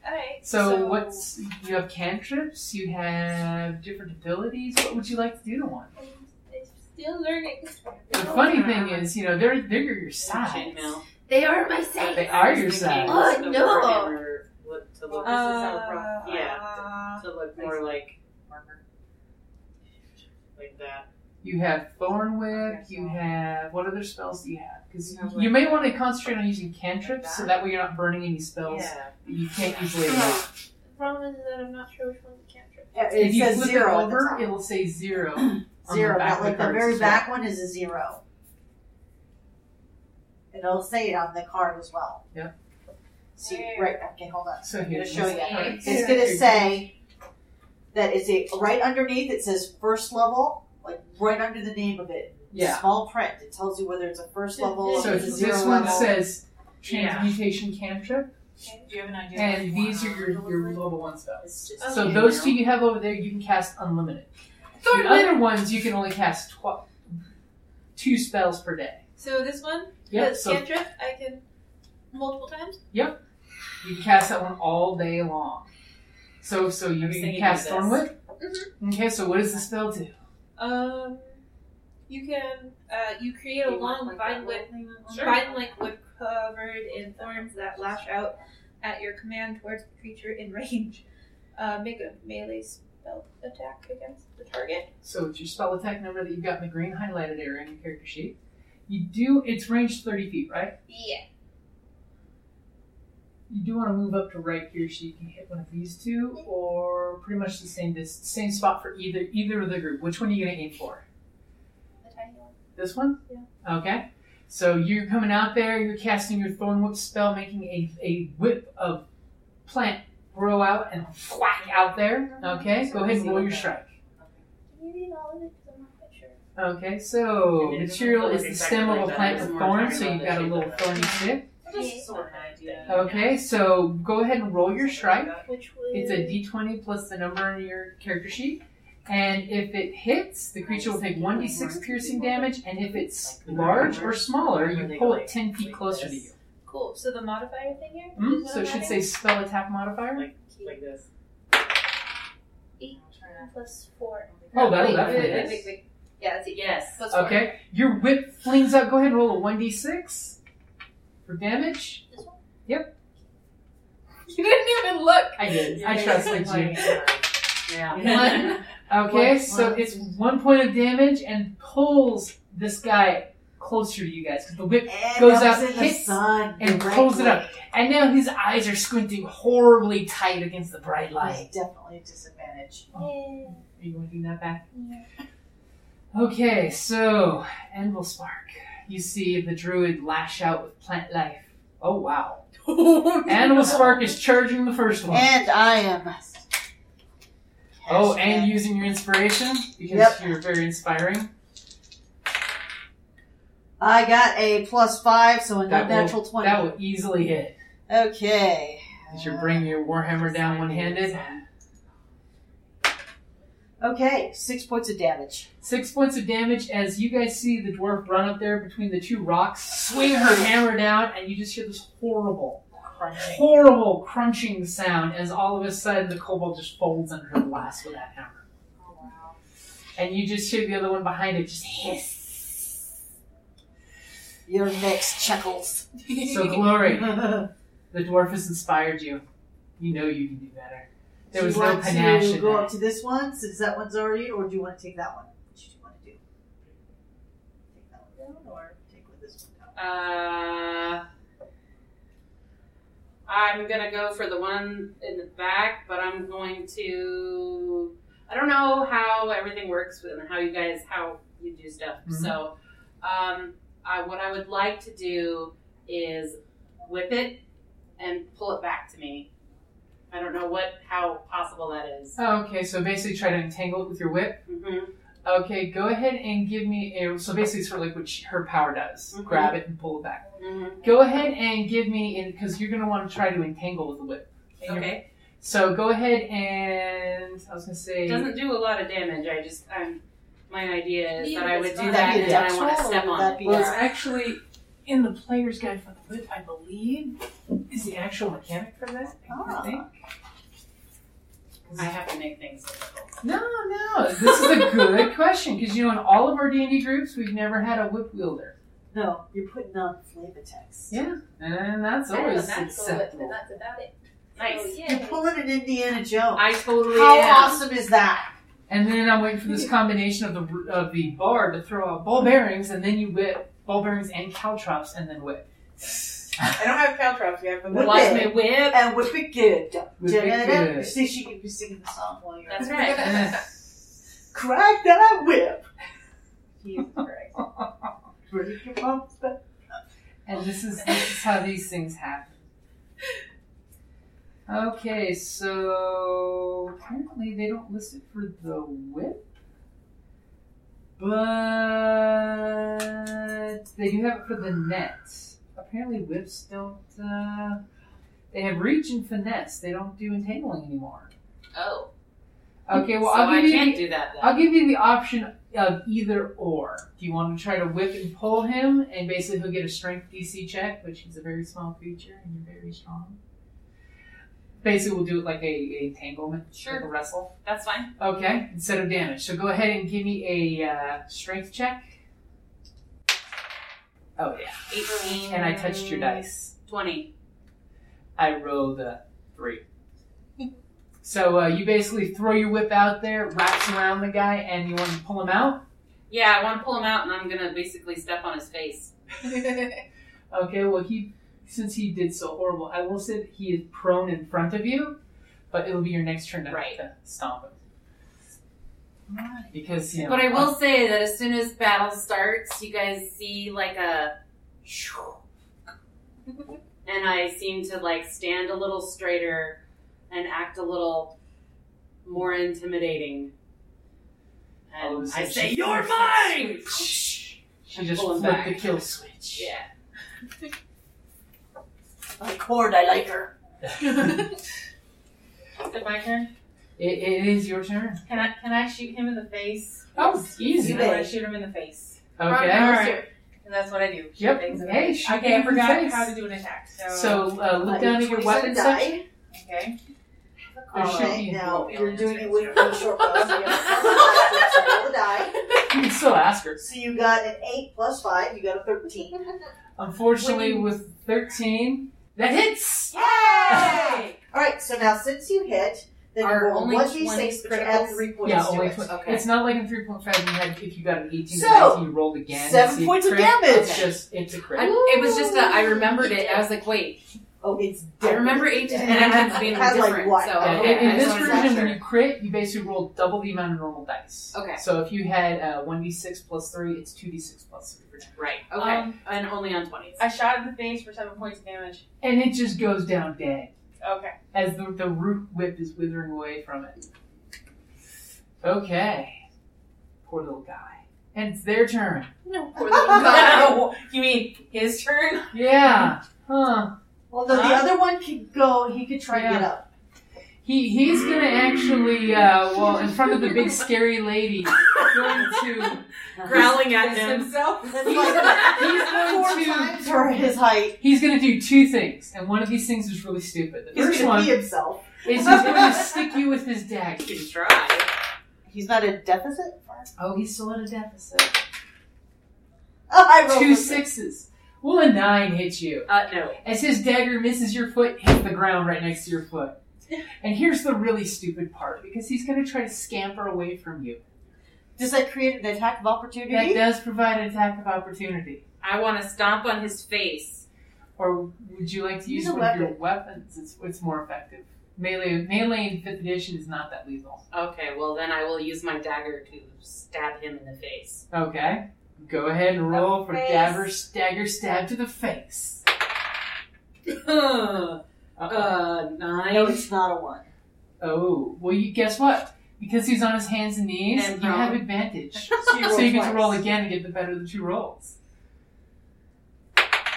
[SPEAKER 5] Alright.
[SPEAKER 4] So, what's you have cantrips, you have different abilities. What would you like to do to one?
[SPEAKER 5] I'm still learning.
[SPEAKER 4] The funny thing is, you know, they're they're your size.
[SPEAKER 6] Chainmail.
[SPEAKER 5] They are my safe.
[SPEAKER 4] They
[SPEAKER 6] I
[SPEAKER 4] are your
[SPEAKER 6] was thinking
[SPEAKER 4] size.
[SPEAKER 5] Oh,
[SPEAKER 6] of
[SPEAKER 5] no.
[SPEAKER 6] warhammer, look- to look-
[SPEAKER 2] Uh,
[SPEAKER 4] Uh,
[SPEAKER 5] yeah.
[SPEAKER 3] Uh,
[SPEAKER 6] to look more like armor,
[SPEAKER 8] like that.
[SPEAKER 4] You have Thorn Whip. You have what other spells do you have? Because you may want to concentrate on using cantrips, so that way you're not burning any spells
[SPEAKER 6] Yeah.
[SPEAKER 4] that you can't easily. Remove.
[SPEAKER 5] The problem is that I'm not sure which one's the cantrip.
[SPEAKER 2] It,
[SPEAKER 4] If you
[SPEAKER 2] says
[SPEAKER 4] flip
[SPEAKER 2] zero.
[SPEAKER 4] it
[SPEAKER 2] at the
[SPEAKER 4] over,
[SPEAKER 2] top.
[SPEAKER 4] it'll say zero. on the
[SPEAKER 2] zero.
[SPEAKER 4] back
[SPEAKER 2] That,
[SPEAKER 4] of
[SPEAKER 2] like the
[SPEAKER 4] cards
[SPEAKER 2] very
[SPEAKER 4] as well.
[SPEAKER 2] back one is a zero. It'll say it on the card as well.
[SPEAKER 4] Yep.
[SPEAKER 2] See, right. Okay, hold on.
[SPEAKER 4] So
[SPEAKER 2] I'm
[SPEAKER 4] here,
[SPEAKER 2] gonna show you.
[SPEAKER 4] let's-
[SPEAKER 2] It's gonna say that it's a right underneath. It says first level, like right under the name of it.
[SPEAKER 4] Yeah.
[SPEAKER 2] Small print. It tells you whether it's a first level or
[SPEAKER 4] So
[SPEAKER 2] it's a
[SPEAKER 4] this
[SPEAKER 2] zero
[SPEAKER 4] one
[SPEAKER 2] level.
[SPEAKER 4] says
[SPEAKER 7] Yeah.
[SPEAKER 4] transmutation cantrip.
[SPEAKER 7] Do you have an idea?
[SPEAKER 4] And these are your, your level one spells.
[SPEAKER 6] It's just
[SPEAKER 4] So
[SPEAKER 6] chainmail.
[SPEAKER 4] those two you have over there, you can cast unlimited. The other ones you can only cast tw- two spells per day.
[SPEAKER 5] So this one,
[SPEAKER 4] Yep.
[SPEAKER 5] the
[SPEAKER 4] So
[SPEAKER 5] cantrip, I can multiple times.
[SPEAKER 4] you can cast that one all day long. So so you
[SPEAKER 6] was
[SPEAKER 4] can
[SPEAKER 6] thinking
[SPEAKER 4] cast
[SPEAKER 6] of this.
[SPEAKER 4] Thornwood. Okay. So what does the spell do?
[SPEAKER 5] Um, you can uh, you create a
[SPEAKER 6] You want,
[SPEAKER 5] long
[SPEAKER 6] like,
[SPEAKER 5] vine
[SPEAKER 6] that
[SPEAKER 5] whip,
[SPEAKER 6] Sure.
[SPEAKER 5] vine like whip covered in thorns that lash out at your command towards the creature in range. Uh, make a melee spell attack against the target.
[SPEAKER 4] So it's your spell attack number that you've got in the green highlighted area in your character sheet. You do it's range thirty feet, right?
[SPEAKER 5] Yeah.
[SPEAKER 4] You do want to move up to right here so you can hit one of these two, or pretty much the same dis- same spot for either either of the group. Which one are you gonna aim for?
[SPEAKER 5] The tiny one.
[SPEAKER 4] This one?
[SPEAKER 5] Yeah.
[SPEAKER 4] Okay. So you're coming out there, you're casting your thorn whip spell, making a, a whip of plant grow out and whack out there. Okay, go ahead and roll your strike.
[SPEAKER 5] Can you read all of it? Because I'm not quite sure.
[SPEAKER 4] Okay, so
[SPEAKER 8] And it doesn't
[SPEAKER 4] material
[SPEAKER 8] look
[SPEAKER 4] is the
[SPEAKER 8] exactly
[SPEAKER 4] stem of
[SPEAKER 8] like
[SPEAKER 4] a
[SPEAKER 8] that.
[SPEAKER 4] plant
[SPEAKER 6] There's
[SPEAKER 4] with
[SPEAKER 6] more
[SPEAKER 4] thorns, so
[SPEAKER 6] material that
[SPEAKER 4] you've got a
[SPEAKER 6] shaped
[SPEAKER 4] little
[SPEAKER 6] like
[SPEAKER 4] thorny stick.
[SPEAKER 6] Just sort of an idea.
[SPEAKER 4] Okay, so go ahead and roll your strike.
[SPEAKER 5] Which was
[SPEAKER 4] It's a d20 plus the number on your character sheet. And if it hits, the creature will take 1d6 piercing damage. And if it's large or smaller, you pull it 10 feet closer to you.
[SPEAKER 5] cool. So the modifier thing here.
[SPEAKER 4] Hmm?
[SPEAKER 5] is what
[SPEAKER 4] So
[SPEAKER 5] I'm
[SPEAKER 4] it should
[SPEAKER 5] adding?
[SPEAKER 4] say spell attack modifier.
[SPEAKER 8] Like this.
[SPEAKER 5] Eight plus four.
[SPEAKER 4] Oh, that'll
[SPEAKER 5] wait,
[SPEAKER 4] definitely
[SPEAKER 5] wait, wait,
[SPEAKER 4] hit.
[SPEAKER 5] wait, wait. Yeah, that's eight.
[SPEAKER 3] Yes.
[SPEAKER 5] Plus four.
[SPEAKER 4] Okay, your whip flings out. Go ahead and roll a one d six for damage.
[SPEAKER 5] This one?
[SPEAKER 9] You didn't even look.
[SPEAKER 4] I did. I trusted you.
[SPEAKER 3] Yeah.
[SPEAKER 4] One. Okay,
[SPEAKER 9] One,
[SPEAKER 4] so
[SPEAKER 9] one.
[SPEAKER 4] it's one point of damage and pulls this guy closer to you guys because the whip,
[SPEAKER 2] And
[SPEAKER 4] Goes
[SPEAKER 2] that was
[SPEAKER 4] up,
[SPEAKER 2] in the
[SPEAKER 4] hits,
[SPEAKER 2] sun
[SPEAKER 4] and pulls it
[SPEAKER 2] directly.
[SPEAKER 4] up. and now his eyes are squinting horribly tight against the bright light.
[SPEAKER 2] It's definitely a disadvantage.
[SPEAKER 5] Yeah.
[SPEAKER 4] Are you going to do that back?
[SPEAKER 5] Yeah.
[SPEAKER 4] Okay, so Anvil Spark. You see the druid lash out with plant life. Oh wow! Animal Spark is charging the first one.
[SPEAKER 1] And I am.
[SPEAKER 4] oh,
[SPEAKER 1] Cash
[SPEAKER 4] and
[SPEAKER 1] in.
[SPEAKER 4] using your inspiration because
[SPEAKER 1] Yep.
[SPEAKER 4] you're very inspiring.
[SPEAKER 1] I got a plus five, so a
[SPEAKER 4] That will-
[SPEAKER 1] natural twenty.
[SPEAKER 4] That will easily hit.
[SPEAKER 1] okay.
[SPEAKER 4] As you're bringing your warhammer down one-handed.
[SPEAKER 1] Okay, six points of damage.
[SPEAKER 4] Six points of damage as you guys see the dwarf run up there between the two rocks, swing her hammer down, and you just hear this horrible, horrible crunching sound as all of a sudden the kobold just folds under her blast with that hammer. And you just hear the other one behind it just hiss.
[SPEAKER 1] Your next chuckles.
[SPEAKER 4] So, Glory,
[SPEAKER 2] there
[SPEAKER 4] the dwarf has inspired you. You know you can do better. There was no panache
[SPEAKER 2] To
[SPEAKER 4] in
[SPEAKER 2] go up
[SPEAKER 4] that.
[SPEAKER 2] to this one since that one's already, or do you want to take that one? What do you want to do? Take that one down, or take with this one down?
[SPEAKER 3] Uh, I'm gonna go for the one in the back, but I'm going to. I don't know how everything works and how you guys how you do stuff.
[SPEAKER 4] Mhm.
[SPEAKER 3] So, um, I, what I would like to do is whip it and pull it back to me. I don't know what how possible that is.
[SPEAKER 4] Oh, okay, so basically try to entangle it with your whip.
[SPEAKER 3] Mm-hmm.
[SPEAKER 4] Okay, go ahead and give me a. So basically, it's sort of like what she, her power does:
[SPEAKER 3] Mhm.
[SPEAKER 4] grab it and pull it back.
[SPEAKER 3] Mm-hmm.
[SPEAKER 4] Go ahead and give me, in because you're going to want to try to entangle with the whip. And you're-
[SPEAKER 3] Okay.
[SPEAKER 4] So go ahead and I was going to say.
[SPEAKER 3] It doesn't do a lot of damage. I just um, my idea is
[SPEAKER 9] Yeah,
[SPEAKER 3] that I would
[SPEAKER 9] it's
[SPEAKER 3] do
[SPEAKER 9] fine.
[SPEAKER 3] that
[SPEAKER 1] That'd
[SPEAKER 3] and
[SPEAKER 1] be
[SPEAKER 3] then I want to
[SPEAKER 1] natural,
[SPEAKER 3] step
[SPEAKER 1] or would
[SPEAKER 3] on
[SPEAKER 1] that
[SPEAKER 3] it.
[SPEAKER 1] be
[SPEAKER 4] Well, it's
[SPEAKER 1] a-
[SPEAKER 4] actually in the player's guide for the whip, I believe, is the actual mechanic for that. I
[SPEAKER 1] Ah.
[SPEAKER 4] think.
[SPEAKER 3] I have to make things difficult.
[SPEAKER 4] No, no. This is a good question because you know in all of our D and D groups we've never had a whip wielder.
[SPEAKER 2] No, you're putting on Flavortext.
[SPEAKER 4] Yeah, and that's
[SPEAKER 5] I have
[SPEAKER 4] always
[SPEAKER 5] a magical whip,
[SPEAKER 4] acceptable.
[SPEAKER 5] and that's about it.
[SPEAKER 3] Nice.
[SPEAKER 5] Oh, yeah.
[SPEAKER 2] You're pulling an Indiana Jones.
[SPEAKER 3] I totally
[SPEAKER 2] How
[SPEAKER 3] am.
[SPEAKER 2] awesome is that?
[SPEAKER 4] And then I'm waiting for this combination of the of the bar to throw out ball bearings, and then you whip ball bearings and caltrops, and then whip.
[SPEAKER 9] I don't have caltrops yet, but
[SPEAKER 2] Whip
[SPEAKER 9] lots
[SPEAKER 2] it.
[SPEAKER 9] of-
[SPEAKER 3] Watch me whip.
[SPEAKER 2] And whip it good.
[SPEAKER 4] Whip it
[SPEAKER 2] Da-da-da-da.
[SPEAKER 4] good.
[SPEAKER 2] See, she could be singing the song while you're
[SPEAKER 3] That's
[SPEAKER 9] right.
[SPEAKER 2] Crack that whip.
[SPEAKER 5] Jesus Christ.
[SPEAKER 2] Break your mom's back.
[SPEAKER 4] and this is this is how these things happen. Okay, so apparently they don't list it for the whip, but they do have it for the net. Apparently, whips don't. Uh, they have reach and finesse. They don't do entangling anymore.
[SPEAKER 3] Oh.
[SPEAKER 4] Okay, well
[SPEAKER 3] so
[SPEAKER 4] I'll give
[SPEAKER 3] I
[SPEAKER 4] you
[SPEAKER 3] can't
[SPEAKER 4] the-
[SPEAKER 3] do that then.
[SPEAKER 4] I'll give you the option of either or. Do you want to try to whip and pull him, and basically he'll get a strength DC check, which he's a very small creature and you're very strong. Basically, we'll do it like a, a entanglement, like
[SPEAKER 3] Sure.
[SPEAKER 4] a wrestle.
[SPEAKER 3] That's fine.
[SPEAKER 4] Okay, instead of damage. So go ahead and give me a uh, strength check. Oh yeah,
[SPEAKER 3] 18.
[SPEAKER 4] and I touched your dice.
[SPEAKER 3] 20.
[SPEAKER 4] I rolled a three. So uh, you basically throw your whip out there, wraps around the guy, and you want to pull him out.
[SPEAKER 3] Yeah, I want to pull him out and I'm going to basically step on his face.
[SPEAKER 4] Okay, well he since he did so horrible, I will say that he is prone in front of you, but it'll be your next turn to,
[SPEAKER 3] Right.
[SPEAKER 4] to stomp him. Because you know,
[SPEAKER 3] But I will say that as soon as battle starts, you guys see like a. shoo. and I seem to like stand a little straighter and act a little more intimidating.
[SPEAKER 4] All of a
[SPEAKER 3] And I
[SPEAKER 4] sudden
[SPEAKER 3] say,
[SPEAKER 4] she-
[SPEAKER 3] "You're mine!"
[SPEAKER 4] she just
[SPEAKER 3] pull him
[SPEAKER 4] flipped
[SPEAKER 3] back.
[SPEAKER 4] the kill switch.
[SPEAKER 3] Yeah.
[SPEAKER 2] Like Cord, I like her.
[SPEAKER 10] Is it my turn?
[SPEAKER 4] It, it is your turn.
[SPEAKER 10] Can I can I shoot him in the face?
[SPEAKER 4] Oh, easy.
[SPEAKER 10] I want to shoot him in the face,
[SPEAKER 4] Okay.
[SPEAKER 10] All right. and that's what I do. Shoot
[SPEAKER 4] Yep.
[SPEAKER 10] things in the
[SPEAKER 4] Hey,
[SPEAKER 10] face.
[SPEAKER 4] shoot
[SPEAKER 10] okay, I
[SPEAKER 4] him in the
[SPEAKER 10] forgot
[SPEAKER 4] face.
[SPEAKER 10] how to do an attack. So,
[SPEAKER 4] So uh, look
[SPEAKER 2] Like,
[SPEAKER 4] down at your
[SPEAKER 2] twenty-seven
[SPEAKER 4] weapon
[SPEAKER 2] die.
[SPEAKER 4] section.
[SPEAKER 10] okay,
[SPEAKER 4] There
[SPEAKER 2] All
[SPEAKER 4] should
[SPEAKER 2] right,
[SPEAKER 4] be
[SPEAKER 2] now
[SPEAKER 4] no
[SPEAKER 2] Oh. you're doing it
[SPEAKER 4] answers.
[SPEAKER 2] with no short rows. So you have plus five, so roll the die.
[SPEAKER 4] You can still ask her.
[SPEAKER 2] So you got an eight plus five. You got a thirteen.
[SPEAKER 4] Unfortunately, with 13, that hits!
[SPEAKER 2] Yay! All right. So now since you hit, then you
[SPEAKER 6] Are
[SPEAKER 2] roll
[SPEAKER 6] only
[SPEAKER 2] one d
[SPEAKER 6] 20
[SPEAKER 2] six, but you
[SPEAKER 6] critical?
[SPEAKER 2] add three points
[SPEAKER 4] Yeah,
[SPEAKER 2] to
[SPEAKER 4] only
[SPEAKER 2] it.
[SPEAKER 4] twen-
[SPEAKER 6] Okay.
[SPEAKER 4] It's not like in 3.5 you had, if you got an 18
[SPEAKER 2] So,
[SPEAKER 4] to 19, you rolled again.
[SPEAKER 2] seven
[SPEAKER 4] It's a
[SPEAKER 2] points of
[SPEAKER 4] crit.
[SPEAKER 2] damage.
[SPEAKER 4] It's just, it's a crit.
[SPEAKER 6] I, it was just that I remembered it. I was like, wait,
[SPEAKER 2] Oh, it's.
[SPEAKER 6] I remember
[SPEAKER 2] definitely
[SPEAKER 6] 18
[SPEAKER 2] dead.
[SPEAKER 6] and 19 being
[SPEAKER 2] Has, like,
[SPEAKER 6] different.
[SPEAKER 2] what?
[SPEAKER 6] so,
[SPEAKER 4] Yeah,
[SPEAKER 6] okay,
[SPEAKER 4] in, in
[SPEAKER 6] I
[SPEAKER 4] this
[SPEAKER 6] just wanted to make
[SPEAKER 4] version,
[SPEAKER 6] sure.
[SPEAKER 4] when you crit, you basically roll double the amount of normal dice.
[SPEAKER 6] Okay.
[SPEAKER 4] So if you had uh, 1d6 plus 3, it's 2d6 plus 3 for damage.
[SPEAKER 6] Right. Okay.
[SPEAKER 3] Um,
[SPEAKER 6] and only on 20s.
[SPEAKER 3] I shot in the face for seven points of damage.
[SPEAKER 4] And it just goes down dead
[SPEAKER 3] Okay.
[SPEAKER 4] as the, the root whip is withering away from it. Okay. Poor little guy. And it's their turn.
[SPEAKER 3] No, poor little guy. you mean his turn?
[SPEAKER 4] Yeah. Huh.
[SPEAKER 2] Well, no, the
[SPEAKER 3] Huh?
[SPEAKER 2] other one could go. He could try to get up.
[SPEAKER 4] He he's gonna actually uh, well in front of the big scary lady going to
[SPEAKER 8] Growling at
[SPEAKER 3] Fist
[SPEAKER 8] him.
[SPEAKER 3] himself?
[SPEAKER 2] That's
[SPEAKER 4] He's-
[SPEAKER 2] like
[SPEAKER 4] he's
[SPEAKER 2] four
[SPEAKER 4] going to
[SPEAKER 2] times for his height.
[SPEAKER 4] he's gonna do two things, and one of these things is really stupid. The
[SPEAKER 2] He's
[SPEAKER 4] first
[SPEAKER 2] gonna
[SPEAKER 4] one
[SPEAKER 2] pee himself.
[SPEAKER 4] is he's gonna stick you with his dagger.
[SPEAKER 8] You can try.
[SPEAKER 2] He's not a deficit.
[SPEAKER 4] Oh, he's still at a deficit.
[SPEAKER 2] Oh, I rolled
[SPEAKER 4] Two
[SPEAKER 2] a-
[SPEAKER 4] sixes. Will a nine hit you?
[SPEAKER 8] Uh, no.
[SPEAKER 4] As his dagger misses your foot, hits the ground right next to your foot. And here's the really stupid part, because he's gonna try to scamper away from you.
[SPEAKER 2] Does that create an attack of
[SPEAKER 4] That
[SPEAKER 2] opportunity?
[SPEAKER 4] does provide an attack of opportunity.
[SPEAKER 6] I want to stomp on his face.
[SPEAKER 4] Or would you like to
[SPEAKER 2] Use
[SPEAKER 4] use
[SPEAKER 2] a
[SPEAKER 4] one of your weapons? It's, it's more effective. Melee, melee in 5th edition is not that lethal.
[SPEAKER 6] Okay, well then I will use my dagger to stab him in the face.
[SPEAKER 4] Okay. Go ahead and roll for
[SPEAKER 6] face.
[SPEAKER 4] dagger, dagger stab to the face.
[SPEAKER 6] uh,
[SPEAKER 4] Uh-oh.
[SPEAKER 6] uh, nine.
[SPEAKER 2] No, it's not a one.
[SPEAKER 4] oh, well, you guess what? Because he's on his hands and knees,
[SPEAKER 6] And
[SPEAKER 4] you
[SPEAKER 6] prone.
[SPEAKER 4] have advantage.
[SPEAKER 2] So you,
[SPEAKER 4] so you get
[SPEAKER 2] twice.
[SPEAKER 4] to roll again and get the better of the two rolls.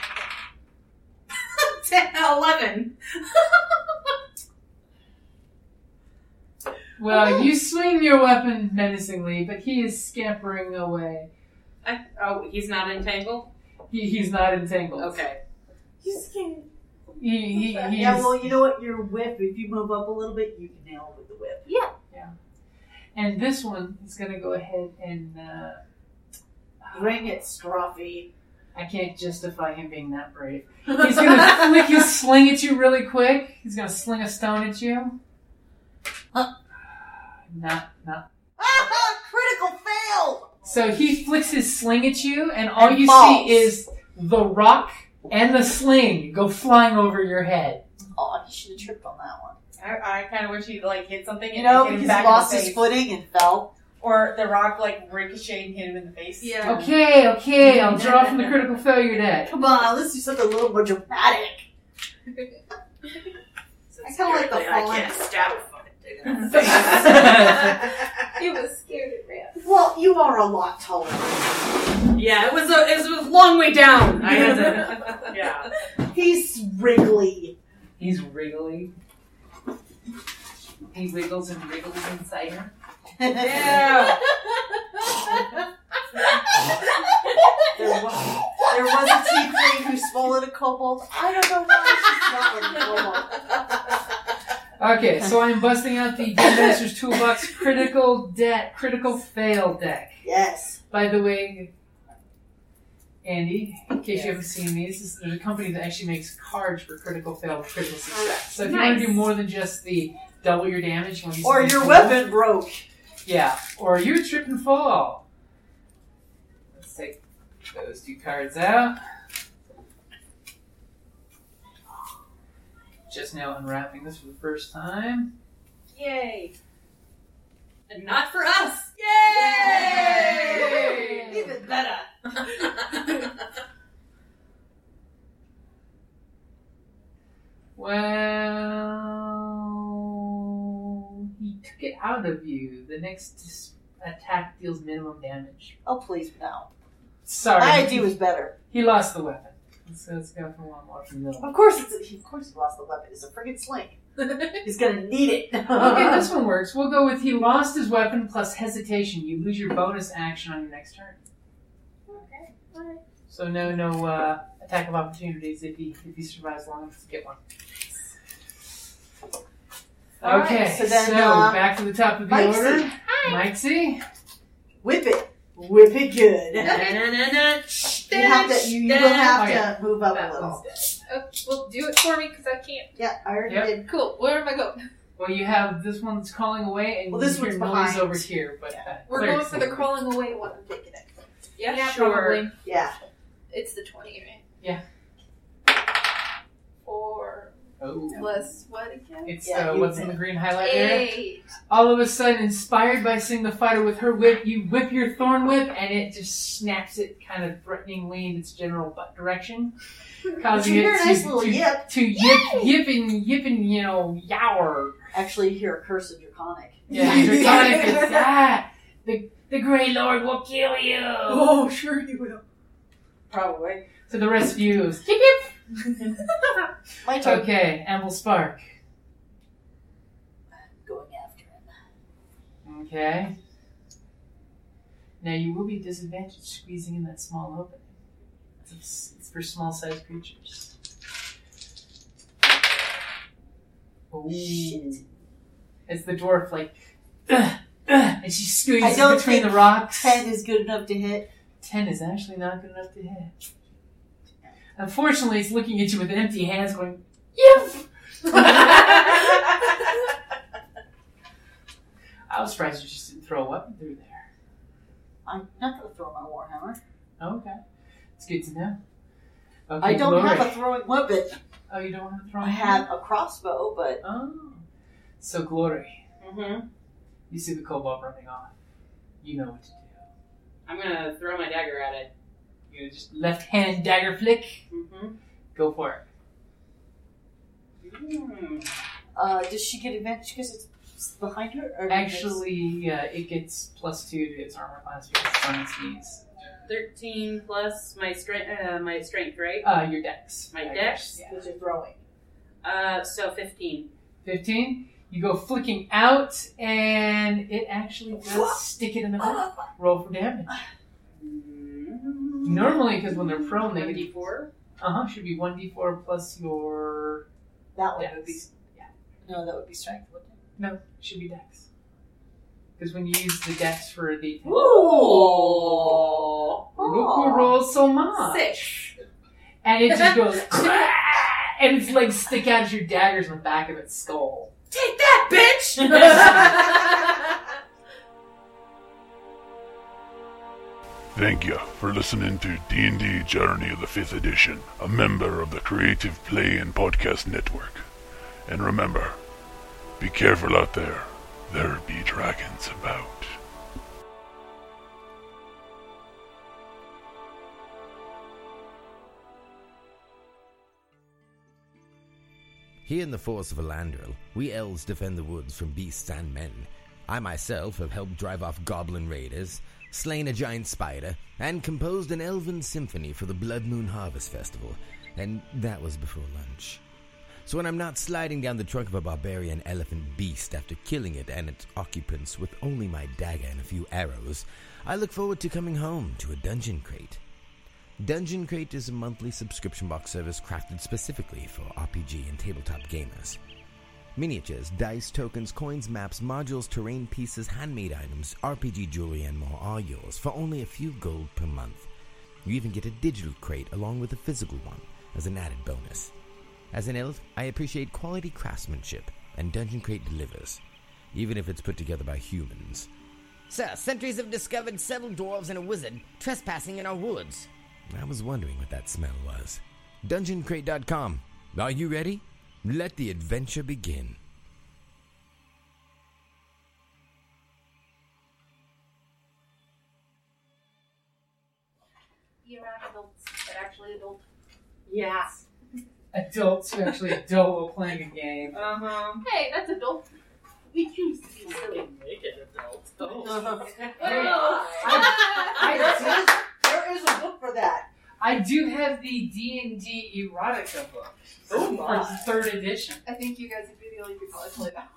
[SPEAKER 6] Ten, Eleven.
[SPEAKER 4] Well, you swing your weapon menacingly, but he is scampering away.
[SPEAKER 6] I, oh, he's not entangled.
[SPEAKER 4] He, he's not entangled.
[SPEAKER 6] Okay.
[SPEAKER 2] He's scared.
[SPEAKER 4] He, he, he's,
[SPEAKER 2] Yeah, well, you know what? Your whip. If you move up a little bit, you can nail him with the whip.
[SPEAKER 4] and this one is going to go ahead and. Uh,
[SPEAKER 2] Bring it, Stroffy.
[SPEAKER 4] I can't justify him being that brave. He's gonna flick his sling at you really quick. He's gonna sling a stone at you.
[SPEAKER 6] Uh.
[SPEAKER 4] Not, not.
[SPEAKER 2] Ah, critical fail.
[SPEAKER 4] So he flicks his sling at you, and all
[SPEAKER 2] And
[SPEAKER 4] you
[SPEAKER 2] falls.
[SPEAKER 4] see is the rock and the sling go flying over your head.
[SPEAKER 2] Oh, he should have tripped on that one.
[SPEAKER 3] I, I kind of wish he like hit something.
[SPEAKER 2] You know,
[SPEAKER 3] and
[SPEAKER 2] because
[SPEAKER 3] hit him
[SPEAKER 2] he
[SPEAKER 3] back in the
[SPEAKER 2] lost his
[SPEAKER 3] face.
[SPEAKER 2] footing and fell.
[SPEAKER 3] Or the rock like ricocheted and hit him in the face.
[SPEAKER 6] Yeah.
[SPEAKER 4] Okay, okay, I'll draw from the critical failure deck.
[SPEAKER 2] Come on, let's do something a little more dramatic. I kinda like the
[SPEAKER 8] Apparently I
[SPEAKER 2] falling.
[SPEAKER 8] can't stab a fucking thing in the
[SPEAKER 5] It was scared it ran.
[SPEAKER 2] Well, you are a lot taller.
[SPEAKER 6] Yeah, it was a it was a long way down. I had to.
[SPEAKER 8] face. Yeah.
[SPEAKER 2] He's wriggly.
[SPEAKER 6] He's wriggling. He wiggles and wriggles inside her.
[SPEAKER 2] there, was, there was a tiefling who swallowed a kobold. I don't know why she's swallowing a kobold.
[SPEAKER 4] Okay, so I'm busting out the Game Master's Toolbox critical deck, critical fail deck.
[SPEAKER 2] Yes.
[SPEAKER 4] By the way, Andy, in case you haven't seen these, this is a company that actually makes cards for critical fail and critical
[SPEAKER 2] Oh,
[SPEAKER 4] success. So if you want to do
[SPEAKER 6] Nice.
[SPEAKER 4] more than just the double your damage, you want to do
[SPEAKER 2] Or
[SPEAKER 4] something
[SPEAKER 2] your
[SPEAKER 4] cool.
[SPEAKER 2] weapon broke.
[SPEAKER 4] Yeah, or your trip and fall. Let's take those two cards out. Just now unwrapping this for the first time.
[SPEAKER 6] Yay. And not for us.
[SPEAKER 2] Even better.
[SPEAKER 4] Well, he took it out of you. The next dis- attack deals minimum damage.
[SPEAKER 2] Oh, please, no.
[SPEAKER 4] Sorry,
[SPEAKER 2] My idea was better.
[SPEAKER 4] he lost the weapon. Let's, let's go for one more from the middle.
[SPEAKER 2] Of course, it's of course he lost the weapon. It's a friggin' sling. He's gonna need it.
[SPEAKER 4] Okay, this one works. We'll go with he lost his weapon plus hesitation. You lose your bonus action on your next turn.
[SPEAKER 5] Okay. Alright.
[SPEAKER 4] So no, no uh, attack of opportunities if he if he survives long enough to get one. Okay,
[SPEAKER 1] so
[SPEAKER 4] so,
[SPEAKER 1] then, uh,
[SPEAKER 4] back to the top of the
[SPEAKER 1] Mike C.
[SPEAKER 4] order. Mike C.
[SPEAKER 1] Whip it. Whip it good. You have to. You, you will
[SPEAKER 4] Oh,
[SPEAKER 1] have to move up a little.
[SPEAKER 5] Oh, well, do it for me because I can't.
[SPEAKER 1] Yeah, I already
[SPEAKER 4] Yep.
[SPEAKER 1] did.
[SPEAKER 5] Cool. Where am I going?
[SPEAKER 4] Well, you have this one's calling away, and
[SPEAKER 1] Well,
[SPEAKER 4] you
[SPEAKER 1] this
[SPEAKER 4] hear
[SPEAKER 1] one's
[SPEAKER 4] noise
[SPEAKER 1] behind.
[SPEAKER 4] over here. But uh,
[SPEAKER 5] We're
[SPEAKER 4] clear
[SPEAKER 5] going for the
[SPEAKER 4] signal.
[SPEAKER 5] crawling away one. I'm taking it.
[SPEAKER 8] Yeah,
[SPEAKER 5] probably.
[SPEAKER 1] Yeah.
[SPEAKER 5] It's the twenty, right?
[SPEAKER 4] Yeah.
[SPEAKER 5] Four
[SPEAKER 4] Oh,
[SPEAKER 5] plus what again?
[SPEAKER 4] it's
[SPEAKER 1] Yeah,
[SPEAKER 4] uh,
[SPEAKER 1] you
[SPEAKER 4] what's in
[SPEAKER 1] win.
[SPEAKER 4] the green highlight area.
[SPEAKER 5] Eight.
[SPEAKER 4] All of a sudden, inspired by seeing the fighter with her whip, you whip your thorn whip, and it just snaps it kind of threateningly in its general butt direction,
[SPEAKER 1] But
[SPEAKER 4] causing
[SPEAKER 1] you hear
[SPEAKER 4] it
[SPEAKER 1] a
[SPEAKER 4] to,
[SPEAKER 1] nice little
[SPEAKER 4] to,
[SPEAKER 1] yip.
[SPEAKER 4] to yip, yip and yip and you know yower
[SPEAKER 11] Actually, you hear a curse of draconic.
[SPEAKER 4] Yeah, Draconic is that. The, the Grey Lord will kill you.
[SPEAKER 1] Oh, sure you will.
[SPEAKER 4] Probably. So the rest of you is yip yip.
[SPEAKER 1] My turn.
[SPEAKER 4] Okay, Amble Spark.
[SPEAKER 11] Going after him.
[SPEAKER 4] Okay. Now you will be disadvantaged squeezing in that small opening. It's, it's for small sized creatures. Oh.
[SPEAKER 1] Shit.
[SPEAKER 4] It's the dwarf, like, "Ugh, ugh," and she
[SPEAKER 1] I
[SPEAKER 4] squeezes
[SPEAKER 1] don't
[SPEAKER 4] between the
[SPEAKER 1] think
[SPEAKER 4] rocks.
[SPEAKER 1] Ten is good enough to hit.
[SPEAKER 4] 10 is actually not good enough to hit. Unfortunately, it's looking at you with empty hands going, Yiff! I was surprised you just didn't throw a weapon through there.
[SPEAKER 11] I'm not going to throw my warhammer.
[SPEAKER 4] Okay. It's good to know. Okay,
[SPEAKER 11] I don't
[SPEAKER 4] Glory.
[SPEAKER 11] have a throwing whippet.
[SPEAKER 4] Oh, you don't have a throw?
[SPEAKER 11] I have a crossbow, but
[SPEAKER 4] Oh. So, Glory,
[SPEAKER 6] Mm-hmm.
[SPEAKER 4] you see the cobalt running off. You know what to do.
[SPEAKER 6] I'm gonna throw my dagger at it.
[SPEAKER 4] You just left hand dagger flick.
[SPEAKER 6] Mm-hmm.
[SPEAKER 4] Go for it.
[SPEAKER 11] uh, does she get advantage because it's behind her? Or
[SPEAKER 4] Actually, uh, it gets plus two to its armor class because it's on its knees.
[SPEAKER 6] Thirteen plus my strength. Uh, my strength, right?
[SPEAKER 4] Uh, your dex.
[SPEAKER 6] My
[SPEAKER 4] I
[SPEAKER 6] dex?
[SPEAKER 4] guess, yeah.
[SPEAKER 1] Those are throwing.
[SPEAKER 6] Uh, so fifteen.
[SPEAKER 4] 15. You go flicking out, and it actually does stick it in the back. Roll for damage. Normally, because when they're prone, they
[SPEAKER 6] One
[SPEAKER 4] get.
[SPEAKER 6] D four.
[SPEAKER 4] Uh huh. Should be 1d4 plus your
[SPEAKER 1] That one would be.
[SPEAKER 4] dex.
[SPEAKER 11] No, that would be strength, wouldn't it?
[SPEAKER 4] No, should be dex. Because when you use the dex for the.
[SPEAKER 6] Ooh.
[SPEAKER 4] Look who rolls so much.
[SPEAKER 8] Six.
[SPEAKER 4] And it just goes. and it's like stick out as your daggers in the back of its skull.
[SPEAKER 8] Take that, bitch!
[SPEAKER 12] Thank you for listening to D&D Journey of the 5th Edition, a member of the Creative Play and Podcast Network. And remember, be careful out there. There be dragons about.
[SPEAKER 13] Here in the Force of Elandril, we elves defend the woods from beasts and men. I myself have helped drive off goblin raiders, slain a giant spider, and composed an elven symphony for the Blood Moon Harvest Festival, and that was before lunch. So when I'm not sliding down the trunk of a barbarian elephant beast after killing it and its occupants with only my dagger and a few arrows, I look forward to coming home to a dungeon crate. Dungeon Crate is a monthly subscription box service crafted specifically for RPG and tabletop gamers. Miniatures, dice, tokens, coins, maps, modules, terrain pieces, handmade items, RPG jewelry, and more are yours for only a few gold per month. You even get a digital crate along with a physical one as an added bonus. As an elf, I appreciate quality craftsmanship, and Dungeon Crate delivers, even if it's put together by humans.
[SPEAKER 14] Sir, sentries have discovered several dwarves and a wizard trespassing in our woods.
[SPEAKER 13] I was wondering what that smell was. DungeonCrate.com. Are you ready? Let the adventure begin.
[SPEAKER 5] Be around adults, but actually adult.
[SPEAKER 6] Yeah.
[SPEAKER 4] Adults who actually adult while playing a game.
[SPEAKER 6] Uh huh.
[SPEAKER 5] Hey, that's adult. We choose to be silly.
[SPEAKER 4] I do,
[SPEAKER 1] There is a book for that.
[SPEAKER 4] I do have the D&D erotica book.
[SPEAKER 8] Oh my.
[SPEAKER 4] For third edition.
[SPEAKER 5] I think you guys would be the only people I play that.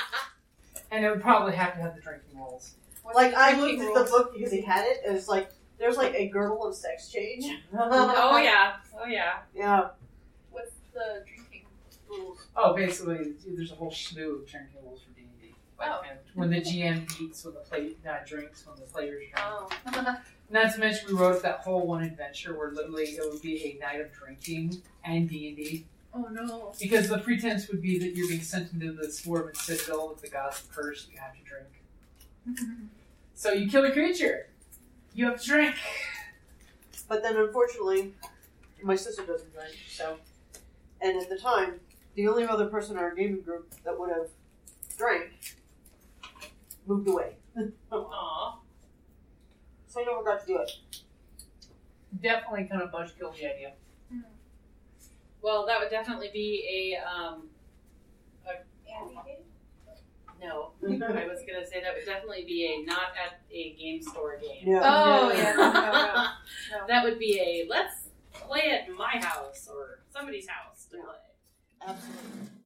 [SPEAKER 5] with.
[SPEAKER 4] And it would probably have to have the drinking rules.
[SPEAKER 1] Like I looked
[SPEAKER 5] Drinking
[SPEAKER 1] at the
[SPEAKER 5] rules.
[SPEAKER 1] book because he had it. It was like there's like a girdle of sex change.
[SPEAKER 6] Oh yeah. Oh yeah.
[SPEAKER 1] Yeah.
[SPEAKER 5] What's the drinking? rules?
[SPEAKER 4] Oh, basically, there's a whole slew of turntables for D and D.
[SPEAKER 5] Oh.
[SPEAKER 4] When the GM eats, when the play uh, drinks, when the players drink.
[SPEAKER 5] Oh.
[SPEAKER 4] Not to mention, we wrote that whole one adventure where literally it would be a night of drinking and D and D.
[SPEAKER 5] Oh no.
[SPEAKER 4] Because the pretense would be that you're being sent into this dwarven citadel with the god's curse that you have to drink. So you kill a creature. You have to drink.
[SPEAKER 2] But then, unfortunately, my sister doesn't drink, so. And at the time, the only other person in our gaming group that would have drank moved away. Aww. So I never got to do it.
[SPEAKER 4] Definitely kind of bush killed the idea.
[SPEAKER 3] Hmm. Well, that would definitely be a. Um, a no, I was gonna say that would definitely be a not at a game store game.
[SPEAKER 5] Yeah. Oh, yeah. No, no,
[SPEAKER 3] that would be a let's play at my house or somebody's house to play.
[SPEAKER 2] Absolutely.